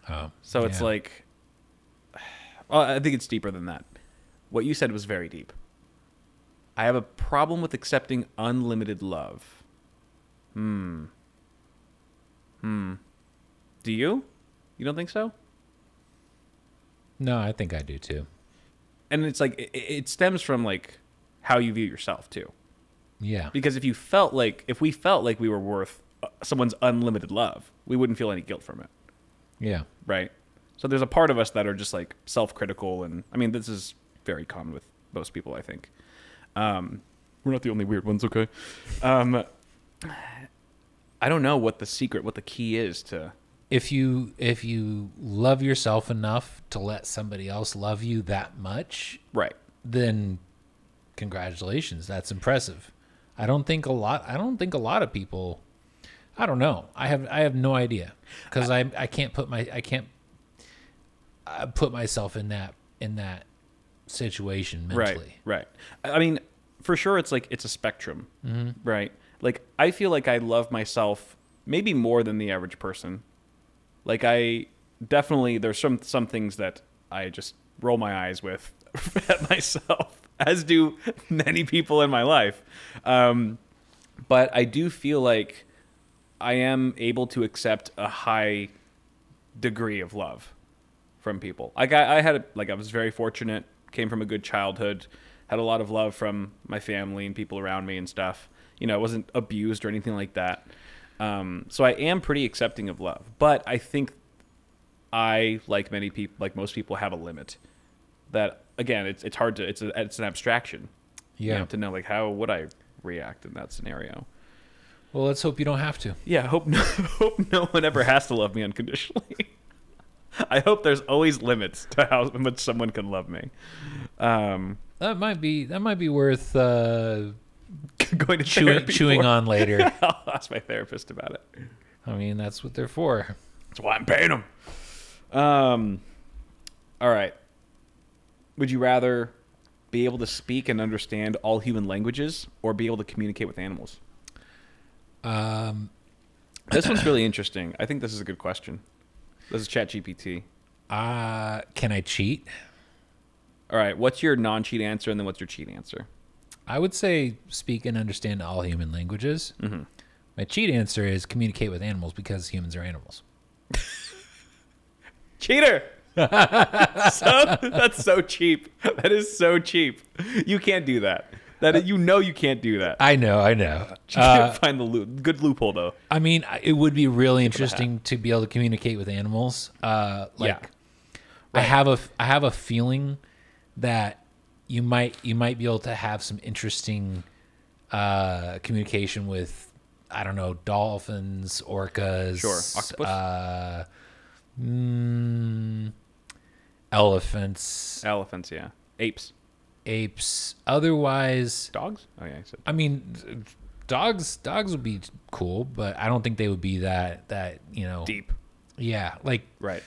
Oh,
So it's
yeah.
like, well, I think it's deeper than that. What you said was very deep. I have a problem with accepting unlimited love. Hmm. Hmm. Hmm. Do you? You don't think so?
no, I think I do too.
And it's like it, it stems from like how you view yourself too.
Yeah,
because if you felt like if we felt like we were worth uh, someone's unlimited love we wouldn't feel any guilt from it
yeah,
right so there's a part of us that are just like self-critical and i mean this is very common with most people i think um, we're not the only weird ones okay um, i don't know what the secret what the key is to
if you if you love yourself enough to let somebody else love you that much,
right
then congratulations that's impressive i don't think a lot i don't think a lot of people i don't know i have i have no idea because I, I can't put my i can't uh, put myself in that in that situation mentally
Right. Right. I I mean, for sure, it's like it's a spectrum, right? Like I feel like I love myself maybe more than the average person. Like I definitely there's some some things that I just roll my eyes with at myself, as do many people in my life. Um, but I do feel like I am able to accept a high degree of love from people. Like I, I had a, like I was very fortunate, came from a good childhood, had a lot of love from my family and people around me and stuff. You know, I wasn't abused or anything like that. Um, so I am pretty accepting of love, but I think I, like many people, like most people, have a limit. That again, it's it's hard to it's a, it's an abstraction. You
Yeah.
know, to know like how would I react in that scenario.
well let's hope you don't have to
Yeah, I hope no, hope no one ever has to love me unconditionally. I hope there's always limits to how much someone can love me. Um,
that might be that might be worth uh
going to
chewing
therapy
chewing
for-
on later
I'll ask my therapist about it.
i mean that's what they're for
That's why I'm paying him. Um, all right. Would you rather be able to speak and understand all human languages, or be able to communicate with animals?
um
This one's really interesting. I think this is a good question. This is ChatGPT.
uh can i cheat
All right, what's your non-cheat answer, and then what's your cheat answer?
I would say speak and understand all human languages. My cheat answer is communicate with animals because humans are animals.
Cheater. so, that's so cheap. That is so cheap. You can't do that. That is- you know you can't do that.
I know, I know.
You can't find the loo- good loophole though.
Uh, I mean, I- it would be really interesting to be able to communicate with animals. Uh, like,
Yeah.
I have a I have a feeling that you might you might be able to have some interesting uh, communication with I don't know dolphins, orcas,
Sure. Octopus?
uh, mm, elephants,
Elephants, yeah. Apes,
apes. Otherwise,
dogs. Oh yeah, I said
I mean, dogs dogs would be cool, but I don't think they would be that that you know
Deep.
Yeah, like
Right.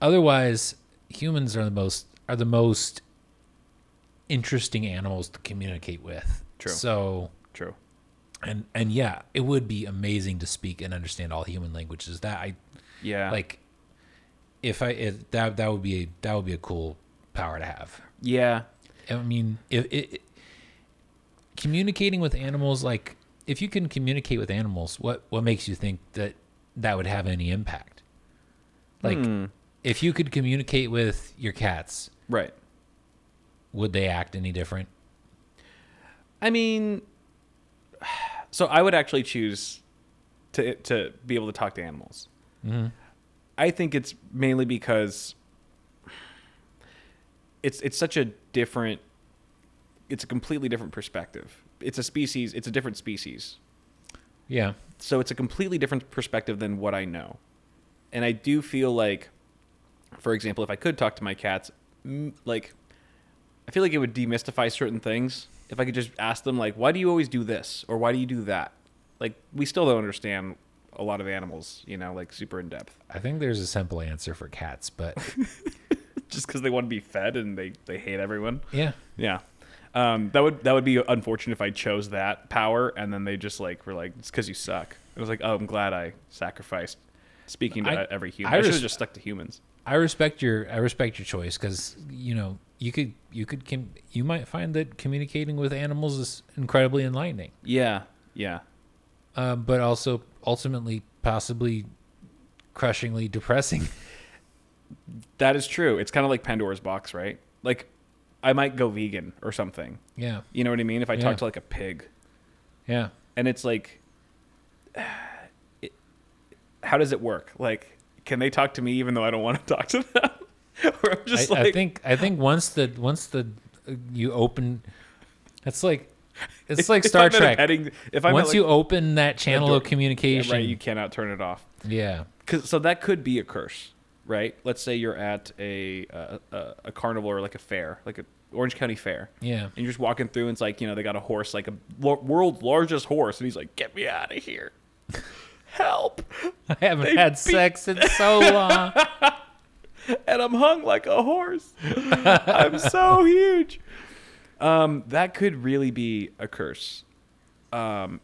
otherwise humans are the most are the most interesting animals to communicate with.
True.
So
True.
and and yeah, it would be amazing to speak and understand all human languages. That I
Yeah.
like if I if that that would be a, that would be a cool power to have.
yeah.
I mean, if it, it- communicating with animals, like if you can communicate with animals, what what makes you think that that would have any impact? Like, if you could communicate with your cats,
Right.
would they act any different?
I mean, so I would actually choose to to be able to talk to animals. I think it's mainly because it's it's such a different, it's a completely different perspective. It's a species. It's a different species.
Yeah,
So it's a completely different perspective than what I know. And I do feel like, for example, if I could talk to my cats, m- like, I feel like it would demystify certain things. If I could just ask them, like, why do you always do this? Or why do you do that? Like, we still don't understand a lot of animals, you know, like super in depth.
I think there's a simple answer for cats, but
Just because they want to be fed and they, they hate everyone.
yeah,
Yeah. Um, that would that would be unfortunate if I chose that power and then they just like were like it's because you suck. It was like oh I'm glad I sacrificed speaking to e-,
I-
every human.
I
I, should have
res-
just stuck to humans.
I respect your I respect your choice because you know you could you could com- you might find that communicating with animals is incredibly enlightening.
Yeah, yeah,
uh, but also ultimately possibly crushingly depressing.
that is true. It's kind of like Pandora's box, right? Like I might go vegan or something.
yeah,
You know what I mean? If I
Yeah.
talk to like a pig,
yeah,
and it's like, it, how does it work? Like, can they talk to me even though I don't want to talk to them? or I'm
I,
just
I
like,
think I think once the once the uh, you open, it's like it's like
if
Star
I'm at a
Trek.
petting- if I'm at,
once
like,
you open that channel
door-
of communication,
Yeah, right, you cannot turn it off.
yeah,
Cause, so that could be a curse, right? Let's say you're at a, a, a, a carnival or like a fair, like a Orange County fair.
Yeah.
And you're just walking through and it's like, you know, they got a horse, like a lo- world's largest horse. And he's like, get me out of here. Help.
I haven't had sex in so long.
And I'm hung like a horse. I'm so huge. Um, that could really be a curse. Um,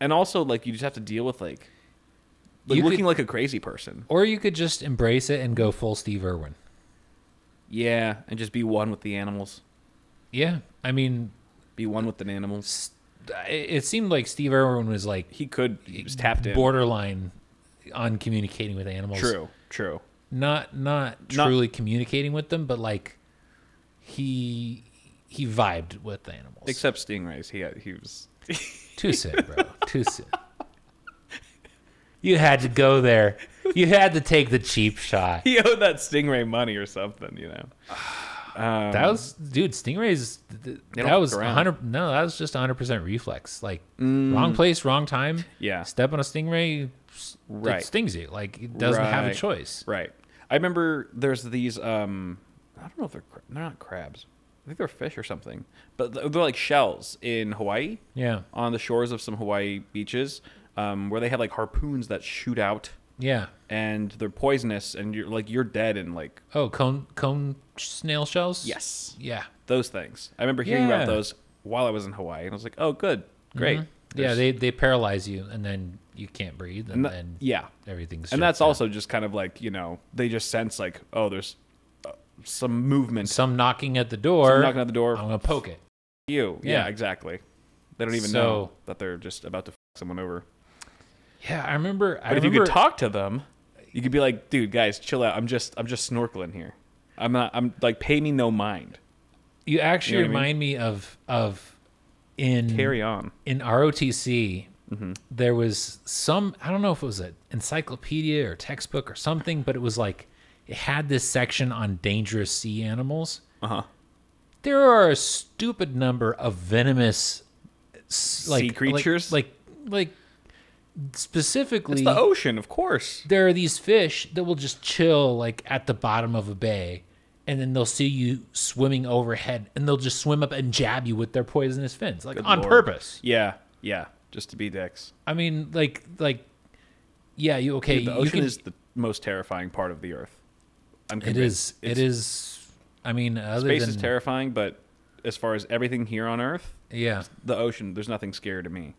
and also like, you just have to deal with like, like
You could-
looking like a crazy person.
or you could just embrace it and go full Steve Irwin.
Yeah. And just be one with the animals.
Yeah, I mean,
Be one with the animals.
s- it it seemed like Steve Irwin was like
he could he was tapped in.
borderline on communicating with animals.
True, true.
not not
Not-
truly communicating with them, but like he he vibed with the animals.
Except stingrays, he had, he was.
Too soon, bro. Too soon. You had to go there. You had to take the cheap shot.
He owed that stingray money or something, you know.
That was, dude. Stingrays. th- th-
Um, don't
That
fuck
was
around. Mm.
100. No, that was just 100 percent reflex. Like wrong place, wrong time.
Yeah.
Step on a stingray. s-
Right.
It stings you. Like it doesn't have a
Right.
choice.
Right. I remember there's these. um I don't know if they're cra- they're not crabs. I think they're fish or something, but th- they're like shells in Hawaii.
Yeah.
On the shores of some Hawaii beaches, um, where they have like harpoons that shoot out,
Yeah.
and they're poisonous, and you're like you're dead in like
Oh, cone cone snail shells.
Yes.
Yeah.
those things. I remember hearing
Yeah. Mm-hmm.
about those while I was in Hawaii, and I was like, oh, good, great.
Yeah,
There's-
they they paralyze you, and then you can't breathe, and
No-
then
yeah
everything's.
and
shut
that's
down.
also just kind of like you know they just sense like oh there's uh, some movement
some knocking at the door.
knocking at the door.
I'm gonna poke it.
you yeah.
Yeah.
exactly they don't even
So-
know that they're just about to f- someone over
Yeah, I remember. I
but if you
remember.
could talk to them you could be like dude guys chill out i'm just i'm just snorkeling here i'm not i'm like pay me no mind
you actually
you know what I
remind me of of in
carry Mm-hmm. on
in ROTC. There was some I don't know if it was an encyclopedia or textbook or something, but it was like it had this section on dangerous sea animals.
uh-huh
there are a stupid number of venomous s- like like-
creatures?
like like, specifically
it's the ocean of course
there are these fish that will just chill like at the bottom of a bay and then they'll see you swimming overhead and they'll just swim up and jab you with their poisonous fins like on
Lord.
purpose
yeah yeah just to be dicks.
I mean, like, like, yeah, you okay?
Dude, the
you
ocean
can,
is the most terrifying part of the earth. I'm
it
convinced.
is. It
It's-
is. I mean, other
Space
than
is terrifying, but as far as everything here on Earth,
yeah,
the ocean, there's nothing scary to me.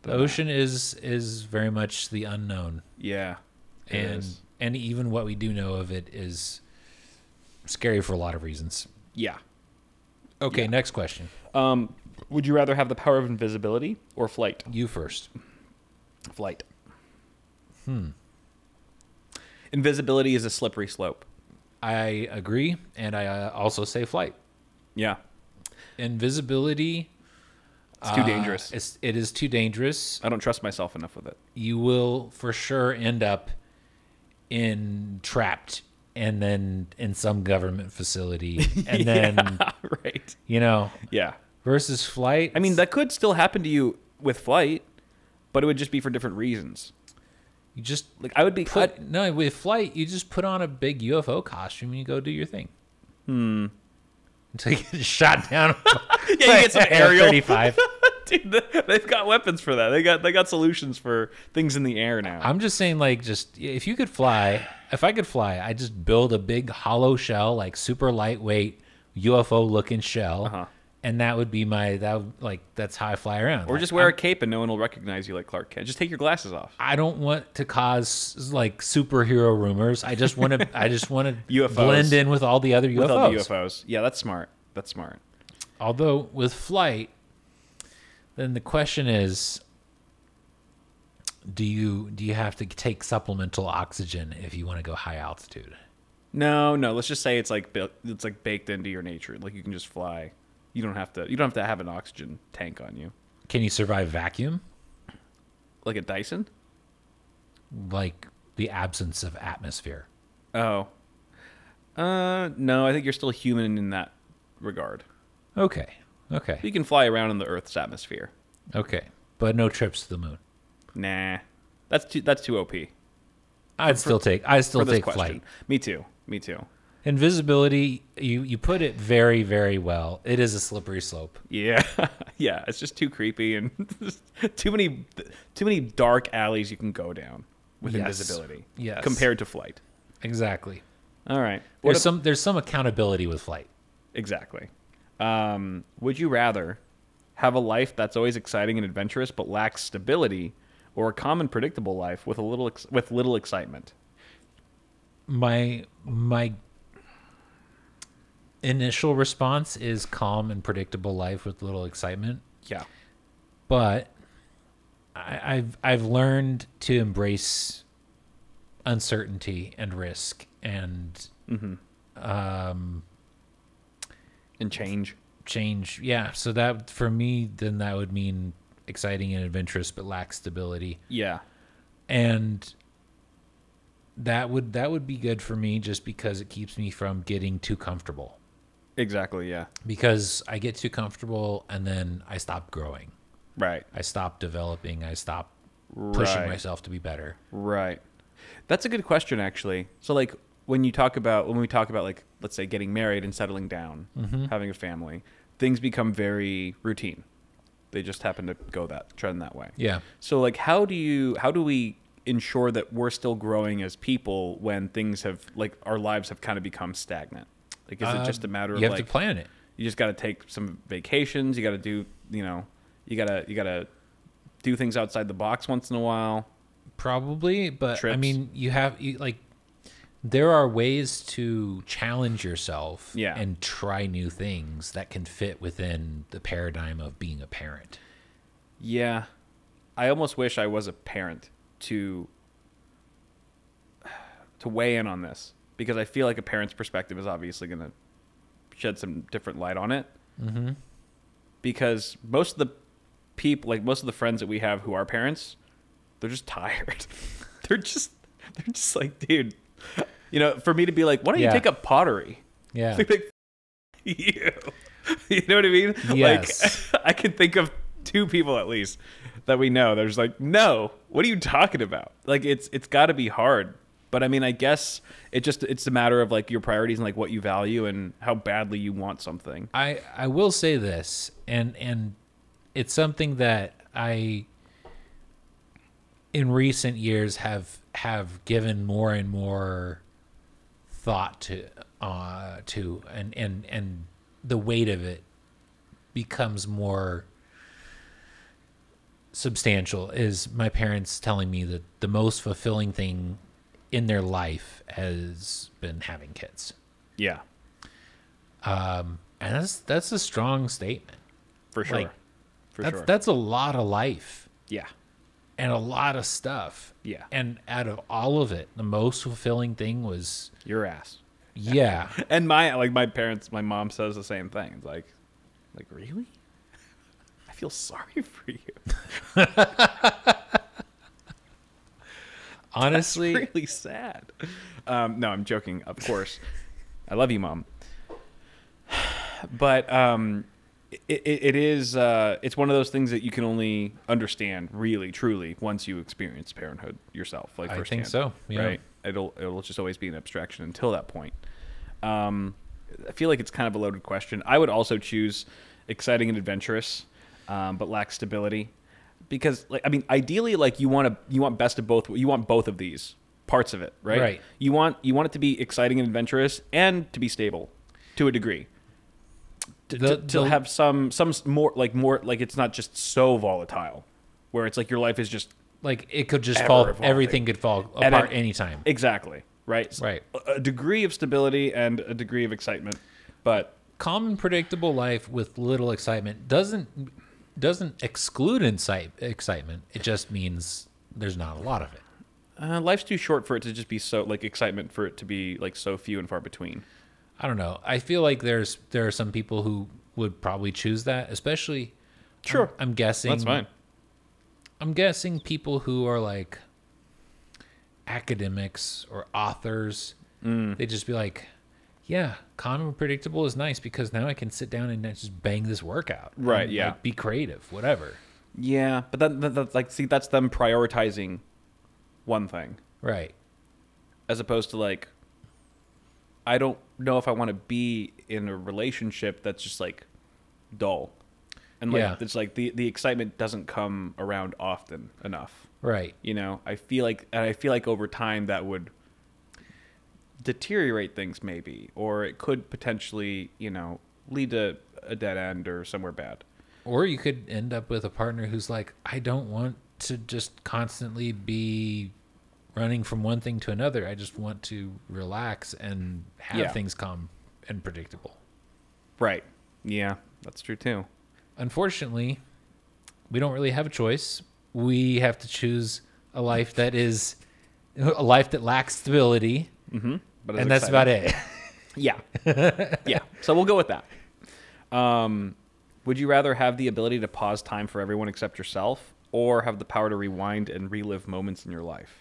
the ocean is is very much the unknown,
Yeah. it
and
is.
and even what we do know of it is scary for a lot of reasons.
yeah.
Okay, next question.
Um, would you rather have the power of invisibility or flight?
You first.
Flight. Hmm.
Hmm.
Invisibility is a slippery slope.
I agree, and I uh, also say flight.
Yeah.
Invisibility.
It's too
uh,
dangerous.
It's, it is too dangerous.
I don't trust myself enough with it.
you will for sure end up in trapped and then in some government facility and then
right.
you know
Yeah.
versus flight
I mean, that could still happen to you with flight, but it would just be for different reasons.
you just
Like I would be
put
cut.
no with flight you just put on a big UFO costume and you go do your thing hmm until you get shot down
Yeah, you get some aerial.
35
Dude, th- they've got weapons for that. They got they got solutions for things in the air now.
I'm just saying, like, just if you could fly, if I could fly, I just build a big hollow shell, like super lightweight UFO looking shell,
Uh-huh.
and that would be my that would, like that's how I fly around.
or
Like,
just wear a cape and no one will recognize you like Clark Kent. Just take your glasses off.
I don't want to cause like superhero rumors. I just want to. I just want to
UFOs.
blend in with all the other UFOs.
With all the UFOs. Yeah, that's smart. That's smart.
Although with flight, then the question is. Do you do you have to take supplemental oxygen if you want to go high altitude?
No, no. Let's just say it's like bu- it's like baked into your nature. Like you can just fly. You don't have to. You don't have to have an oxygen tank on you,
Can you survive vacuum?
like a Dyson.
like the absence of atmosphere.
Oh, uh, no. I think you're still human in that regard.
Okay. Okay.
You can fly around in the Earth's atmosphere.
Okay. But no trips to the moon.
Nah, that's too. That's too op.
I'd still take I
For
still
this
take
question.
flight.
Me too. Me too.
Invisibility, you you put it very very well. It is a slippery slope.
Yeah, yeah. It's just too creepy and just too many, too many dark alleys you can go down with
Yes.
invisibility.
Yes.
compared to flight.
Exactly.
All right. What
There's
ab-
some there's some accountability with flight.
Exactly. Um, would you rather have a life that's always exciting and adventurous but lacks stability, or a common predictable life with a little ex- with little excitement?
My my initial response is calm and predictable life with little excitement.
Yeah.
but I, I've I've learned to embrace uncertainty and risk and
And change.
change. Yeah, so that for me, then that would mean exciting and adventurous, but lack stability,
Yeah.
and that would that would be good for me just because it keeps me from getting too comfortable.
Exactly. Yeah.
Because I get too comfortable and then I stop growing,
Right.
I stop developing, I stop pushing
Right.
myself to be better.
Right. That's a good question, actually. So, like, when you talk about, when we talk about, like, let's say getting married and settling down,
Mm-hmm.
having a family, things become very routine. They just happen to go that trend that way.
Yeah.
So, like, how do you, how do we ensure that we're still growing as people when things have, like, our lives have kind of become stagnant? Like, is it just a matter of
Um, you have
like
to plan it.
you just got to take some vacations? You got to do, you know, you gotta you gotta do things outside the box once in a while.
probably but i
Trips.
mean you have you, like there are ways to challenge yourself
Yeah.
and try new things that can fit within the paradigm of being a parent
Yeah. I almost wish I was a parent to to weigh in on this because I feel like a parent's perspective is obviously going to shed some different light on it. Mm-hmm. Because most of the people, like most of the friends that we have who are parents, they're just tired. they're just they're just like, dude, you know, for me to be like, why don't
Yeah.
you take up pottery?
yeah
Like, like, you. You know what I mean?
Yes.
Like I can think of two people at least that we know. There's like, no, what are you talking about? Like it's it's gotta be hard. But I mean I guess it just it's a matter of like your priorities and like what you value and how badly you want something.
i i will say this and and it's something that I in recent years have have given more and more thought to uh to and and and the weight of it becomes more substantial is my parents telling me that the most fulfilling thing in their life has been having kids
Yeah,
and that's that's a strong statement
for sure.
Like,
for
that's
sure.
that's a lot of life
yeah.
and a lot of stuff
Yeah.
and out of all of it the most fulfilling thing was
Your ass.
yeah
And my like my parents, my mom says the same thing. It's like, like really? I feel sorry for you.
honestly
really sad. Um, no, I'm joking, of course. I love you, mom. But um, it, it, it is uh, it's one of those things that you can only understand really truly once you experience parenthood yourself. Like
I think
firsthand,
so, yeah.
Right? It'll it'll just always be an abstraction until that point. Um, I feel like it's kind of a loaded question. I would also choose exciting and adventurous, um, but lack stability, because like I mean, ideally, like you want to you want best of both. You want both of these parts of it, right?
Right.
You want you want it to be exciting and adventurous and to be stable, to a degree. To, to,
The-
to
the-
have some some s- more like more like it's not just so volatile, where it's like your life is just
like it could just
Ever
fall
evolving.
everything could fall
At
apart
an-
anytime
exactly right. So
Right.
a- A degree of stability and a degree of excitement, but
common predictable life with little excitement doesn't doesn't exclude incite, excitement it just means there's not a lot of it
Uh, life's too short for it to just be so like excitement for it to be like so few and far between.
i don't know i feel like there's there are some people who would probably choose that especially
Sure.
i'm, I'm guessing
That's fine.
i'm guessing people who are like academics or authors
Mm.
they just be like yeah common predictable is nice because now i can sit down and just bang this workout
Right,
And,
yeah.
like, be creative whatever
Yeah, but that, that that's like see that's them prioritizing one thing
right
as opposed to like I don't know if I want to be in a relationship that's just like dull. And like
Yeah.
it's like the the excitement doesn't come around often enough.
right
You know, I feel like and I feel like over time that would deteriorate things maybe or it could potentially, you know, lead to a dead end or somewhere bad.
Or you could end up with a partner who's like, I don't want to just constantly be running from one thing to another. I just want to relax and have
Yeah.
things calm and predictable.
Right. Yeah, that's true too.
Unfortunately, we don't really have a choice. We have to choose a life that is a life that lacks stability,
But
and that's about it.
Yeah. yeah. So we'll go with that. Um would you rather have the ability to pause time for everyone except yourself or have the power to rewind and relive moments in your life?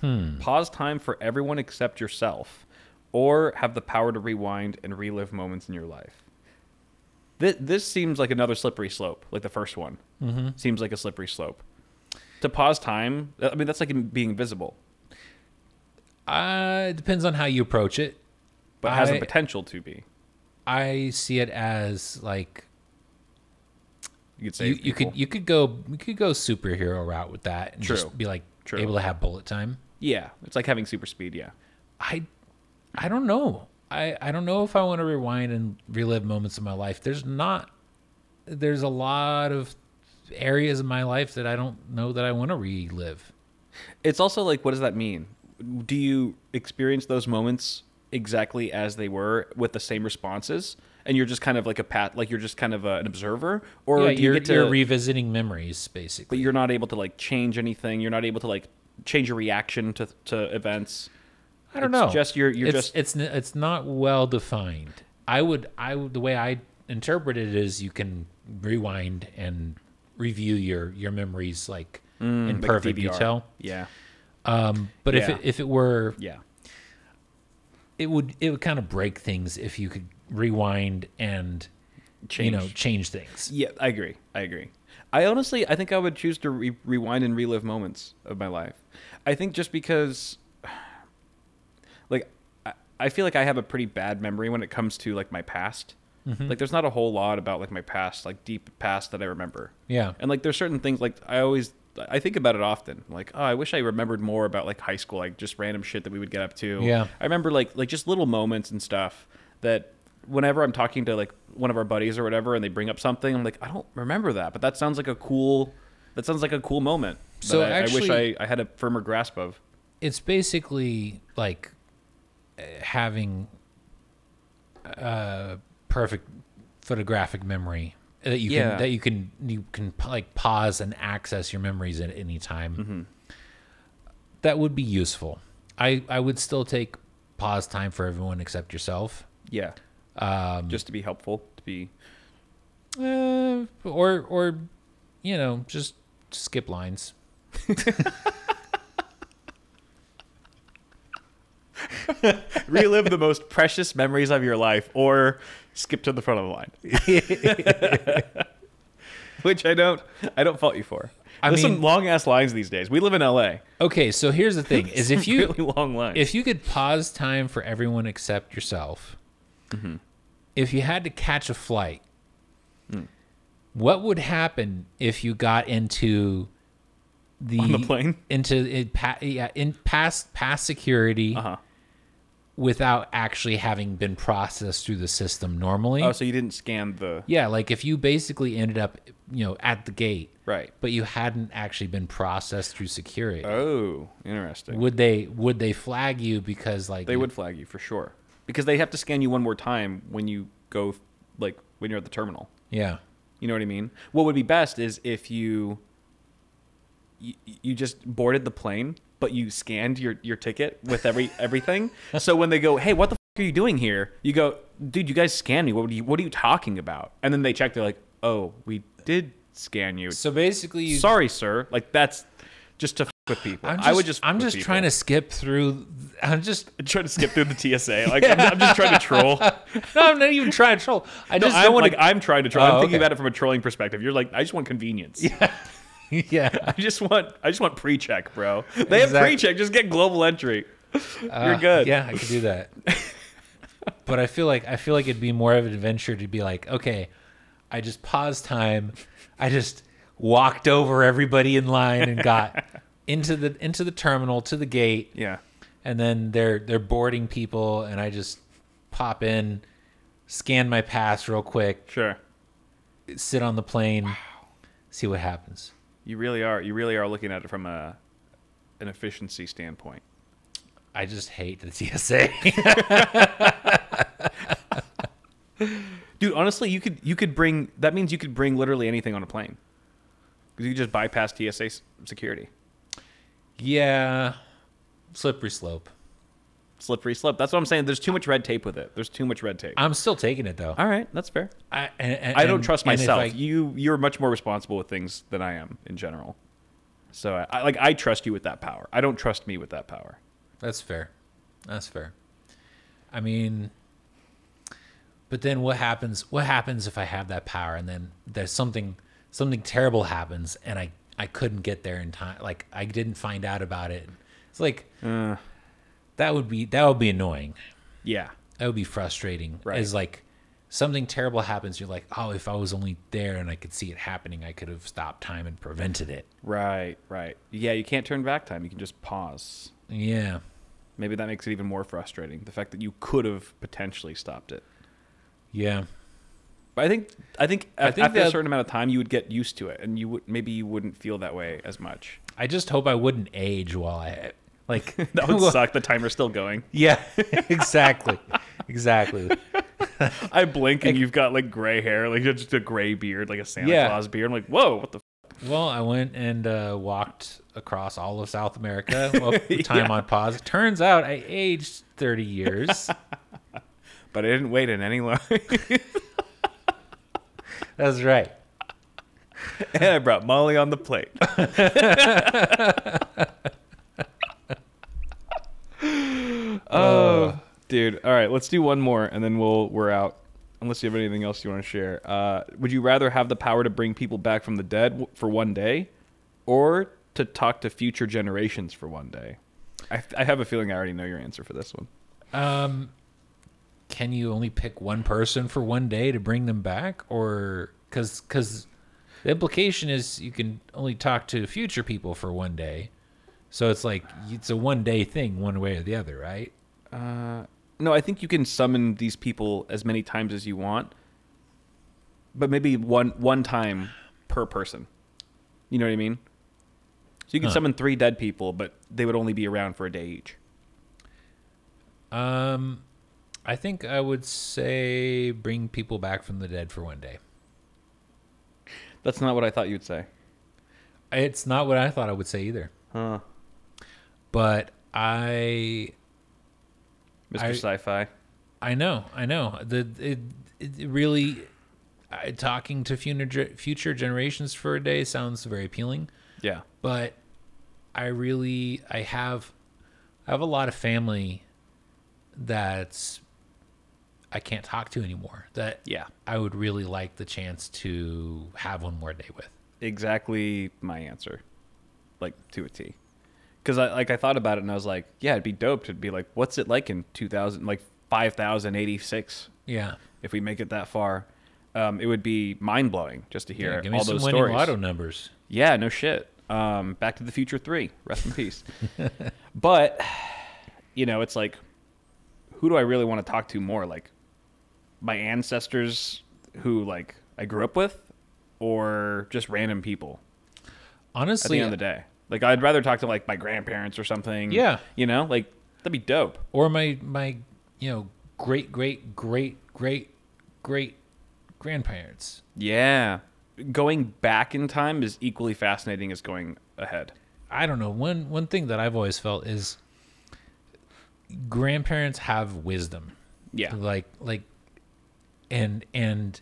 Hmm.
Pause time for everyone except yourself, or have the power to rewind and relive moments in your life. This, this seems like another slippery slope, like the first one. Mm-hmm. Seems like a slippery slope. To pause time, I mean, that's like being invisible,
Uh, it depends on how you approach it.
but has the
I-
potential to be.
I see it as like
You could say
you, you could you could go you could go superhero route with that and
True.
just be like
True.
able to have bullet time.
yeah, it's like having super speed. Yeah,
I I don't know. I I don't know if I want to rewind and relive moments of my life. There's not there's a lot of areas of my life that I don't know that I want to relive.
it's also like, what does that mean? Do you experience those moments exactly as they were with the same responses, and you're just kind of like a pat, like you're just kind of uh an observer, or
yeah,
do
you're,
you get to
you're revisiting memories
but
basically.
you're not able to like change anything. You're not able to like change your reaction to to events.
I don't
it's
know.
Just you're you're
it's,
just
it's n- it's not well defined. I would I would the way I interpret it is you can rewind and review your your memories like in
Mm, like
perfect
DVR.
detail.
Yeah,
Um, but if
Yeah.
it, if it were
yeah,
it would it would kind of break things if you could rewind and
change.
you know change things.
yeah, I agree. I agree. I honestly, I think I would choose to re- rewind and relive moments of my life. I think just because, like, I, I feel like I have a pretty bad memory when it comes to like my past. Like there's not a whole lot about like my past, like deep past that I remember.
Yeah.
And like there's certain things like I always I think about it often. Like, oh, I wish I remembered more about like high school, like just random shit that we would get up to.
Yeah.
I remember like like just little moments and stuff that whenever I'm talking to like one of our buddies or whatever and they bring up something, I'm like, I don't remember that, but that sounds like a cool that sounds like a cool moment. that
So
I, I
actually-
wish I, I had a firmer grasp of.
It's basically like uh, having a perfect photographic memory that you
Yeah.
can that you can you can like pause and access your memories at any time. Mm-hmm. That would be useful. I I would still take pause time for everyone except yourself.
Yeah. Um, just to be helpful, to be
Uh, or or you know just skip lines.
relive the most precious memories of your life or skip to the front of the line which i don't i don't fault you for
I
there's some
mean-
long ass lines these days we live in la
Okay, so here's the thing: is if you
really long lines
if you could pause time for everyone except yourself,
Mm-hmm.
if you had to catch a flight,
Mm.
what would happen if you got into the,
On the plane?
into it, pa- yeah, in past past security
uh-huh
without actually having been processed through the system normally?
oh so you didn't scan the
yeah, like if you basically ended up, you know, at the gate,
right
but you hadn't actually been processed through security.
oh interesting
would they would they flag you because like
they would flag you for sure because they have to scan you one more time when you go like when you're at the terminal
yeah
You know what I mean? What would be best is if you you, you just boarded the plane, but you scanned your, your ticket with every everything. so when they go, "Hey, what the f- are you doing here?" You go, "Dude, you guys scanned me. What are you what are you talking about?" And then they check. They're like, "Oh, we did scan you.
So basically, you,
Sorry, sir." Like that's just to f- with people.
I'm just,
I would just.
I'm just trying to skip through. I'm just.
trying to skip through the TSA. Like I'm, I'm just trying to troll.
No, I'm not even trying to troll. I just
I'm,
don't want
like, I'm trying to troll.
Oh,
I'm thinking
okay.
about it from a trolling perspective. You're like, I just want convenience.
to. yeah.
I just want I just want pre-check, bro. They have
Exactly.
pre-check. Just get global entry. You're good.
Uh, Yeah, I could do that. but I feel like I feel like it'd be more of an adventure to be like, okay, I just paused time. I just walked over everybody in line and got into the into the terminal to the gate.
Yeah.
and then they're they're boarding people, and I just pop in, scan my pass real quick,
Sure.
sit on the plane, see what happens.
You really are. You really are looking at it from a an efficiency standpoint.
I just hate the TSA.
Dude, honestly, you could you could bring that means you could bring literally anything on a plane. 'Cause you could just bypass TSA s- security.
yeah, slippery slope.
Slippery slope. That's what I'm saying. There's too much red tape with it. There's too much red tape.
I'm still taking it though.
All right, that's fair.
I and, and-
I don't
and-
trust
and if
myself.
I-
you you're much more responsible with things than I am in general. So I, I like I trust you with that power. I don't trust me with that power.
that's fair. That's fair. I mean, but then what happens? What happens if I have that power and then there's something something terrible happens and I I couldn't get there in time? Like I didn't find out about it. It's like that would be that would be annoying.
Yeah.
that would be frustrating.
Right.
Is like something terrible happens, you're like, oh, if I was only there and I could see it happening, I could have stopped time and prevented it.
Right, right. Yeah, you can't turn back time. You can just pause.
Yeah.
Maybe that makes it even more frustrating. The fact that you could have potentially stopped it.
Yeah.
But I think I think, a-
think
after a
that-
certain amount of time you would get used to it and you would maybe you wouldn't feel that way as much.
I just hope I wouldn't age while I like
That would suck. The timer's still going.
Yeah. exactly. exactly.
I blink and you've got like gray hair, like just a gray beard, like a Santa
Yeah.
Claus beard. I'm like, "Whoa, what the f-?
Well, I went and uh, walked across all of South America. Well, time on pause. Turns out I aged 30 years.
But I didn't wait in any line.
That's right.
and I brought Molly on the plate. oh, dude! All right, let's do one more, and then we'll we're out. Unless you have anything else you want to share, uh, would you rather have the power to bring people back from the dead w- for one day, or to talk to future generations for one day? I, I have a feeling I already know your answer for this one.
can you only pick one person for one day to bring them back, or because because the implication is you can only talk to future people for one day, so it's like it's a one day thing, one way or the other, right?
No, I think you can summon these people as many times as you want, but maybe one one time per person. You know what I mean? So you can summon three dead people, but they would only be around for a day each.
Um, I think I would say bring people back from the dead for one day.
That's not what I thought you'd say.
It's not what I thought I would say either,
Huh.
but I
Mr.
I-
Sci-Fi.
I know, I know. The it, it it really I, talking to future future generations for a day sounds very appealing,
Yeah.
but I really I have I have a lot of family that's I can't talk to anymore. That
Yeah.
I would really like the chance to have one more day with.
Exactly my answer. Like to a T. Cuz I like I thought about it and I was like, yeah, it'd be dope to be like what's it like in 2000 like 5086
Yeah.
if we make it that far. Um, it would be mind blowing just to hear
yeah give me
all
some
those
winning
stories.
lotto numbers.
Yeah, no shit. Um, Back to the Future Three, rest in peace. but you know, it's like, who do I really want to talk to more? Like my ancestors who like I grew up with, or just random people at
Honestly,
the end of the day. Like I'd rather talk to like my grandparents or something.
Yeah.
you know, like that'd be dope.
or my my you know great great great great great grandparents
Yeah, going back in time is equally fascinating as going ahead.
i don't know one one thing that i've always felt is grandparents have wisdom
Yeah,
like like and and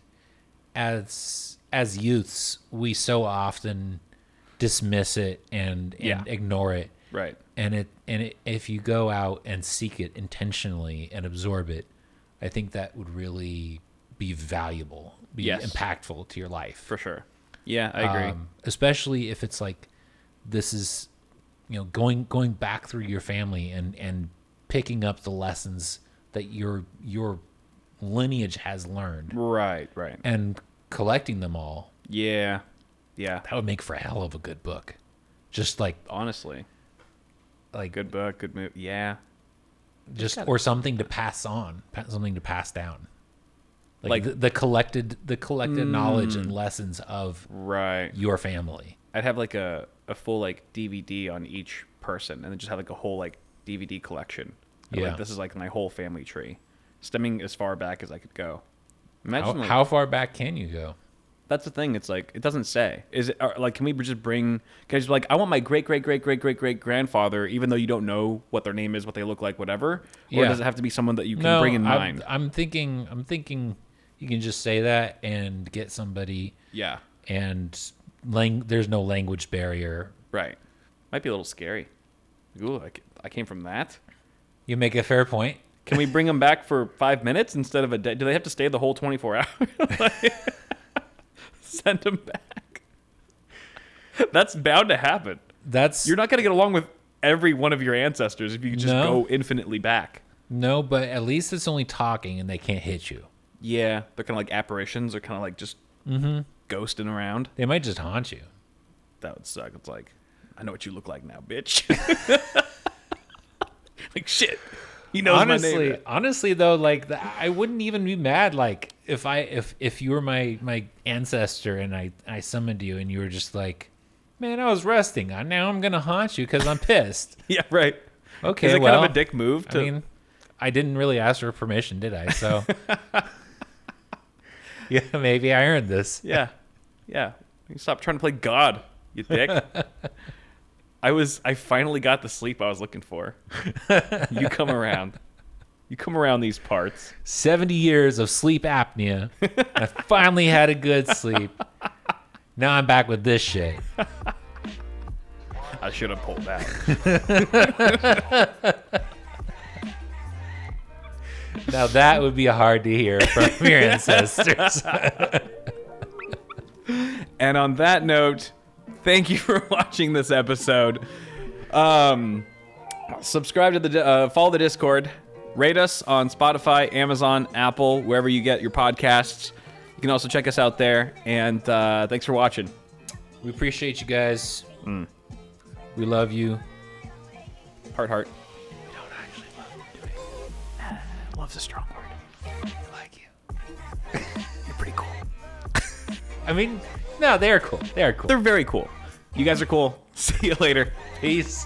as as youths we so often dismiss it and and
Yeah.
ignore it
right.
and it and it, if you go out and seek it intentionally and absorb it i think that would really be valuable be
Yes.
impactful to your life
For sure. Yeah, I agree.
Um, especially if it's like this is you know going going back through your family and and picking up the lessons that your your lineage has learned
right, right.
and collecting them all
Yeah. Yeah.
that would make for a hell of a good book just like
Honestly.
like
Good book, good movie. Yeah.
just or something to pass on, pa- something to pass down, like,
Like- Mm.
the, the collected the collected knowledge and lessons of
Right.
your family.
I'd have like a, a full like DVD on each person and then just have like a whole like DVD collection. Of,
Yeah.
Like this is like my whole family tree. Stemming as far back as I could go.
How,
Imagine like,
how far back can you go?
that's the thing. It's like it doesn't say. Is it or, like can we just bring? Can I just be like I want my great great great great great great grandfather, even though you don't know what their name is, what they look like, whatever. Or
Yeah.
does it have to be someone that you can bring in
I'm,
mind?
I'm thinking. I'm thinking. You can just say that and get somebody,
yeah.
and lang- there's no language barrier.
Right. Might be a little scary. Ooh, I, ca- I came from that.
You make a fair point.
Can we bring them back for five minutes instead of a day? Do they have to stay the whole 24 hours? Like, send them back. That's bound to happen.
That's
You're not going to get along with every one of your ancestors if you just
No.
go infinitely back.
no, but at least it's only talking, and they can't hit you.
Yeah, they're kind of like apparitions. They're kind of like just
Mm-hmm.
ghosting around.
They might just haunt you.
That would suck. It's like, I know what you look like now, bitch. like, shit. He knows my name.
honestly
now.
honestly though like the, i wouldn't even be mad like if i if if you were my my ancestor and i i summoned you and you were just like man i was resting I, now i'm gonna haunt you because i'm pissed
Yeah, right.
Okay,
Is it kind
well,
of a dick move
i
to
mean i didn't really ask for permission did i so yeah maybe i earned this
Yeah. Yeah. You stop trying to play God, you dick. I was I finally got the sleep I was looking for. You come around. You come around these parts.
70 years of sleep apnea i finally had a good sleep now i'm back with this shit
I should have pulled back.
now that would be hard to hear from your ancestors
And on that note, thank you for watching this episode. Um, subscribe to the uh, follow the Discord. Rate us on Spotify, Amazon, Apple, wherever you get your podcasts. You can also check us out there. And uh, thanks for watching.
We appreciate you guys. We love you.
Heart, heart.
Love's a strong word. I like you. You're pretty cool.
I mean, no, they are cool. They are cool.
They're very cool. You guys are cool. See you later.
Peace.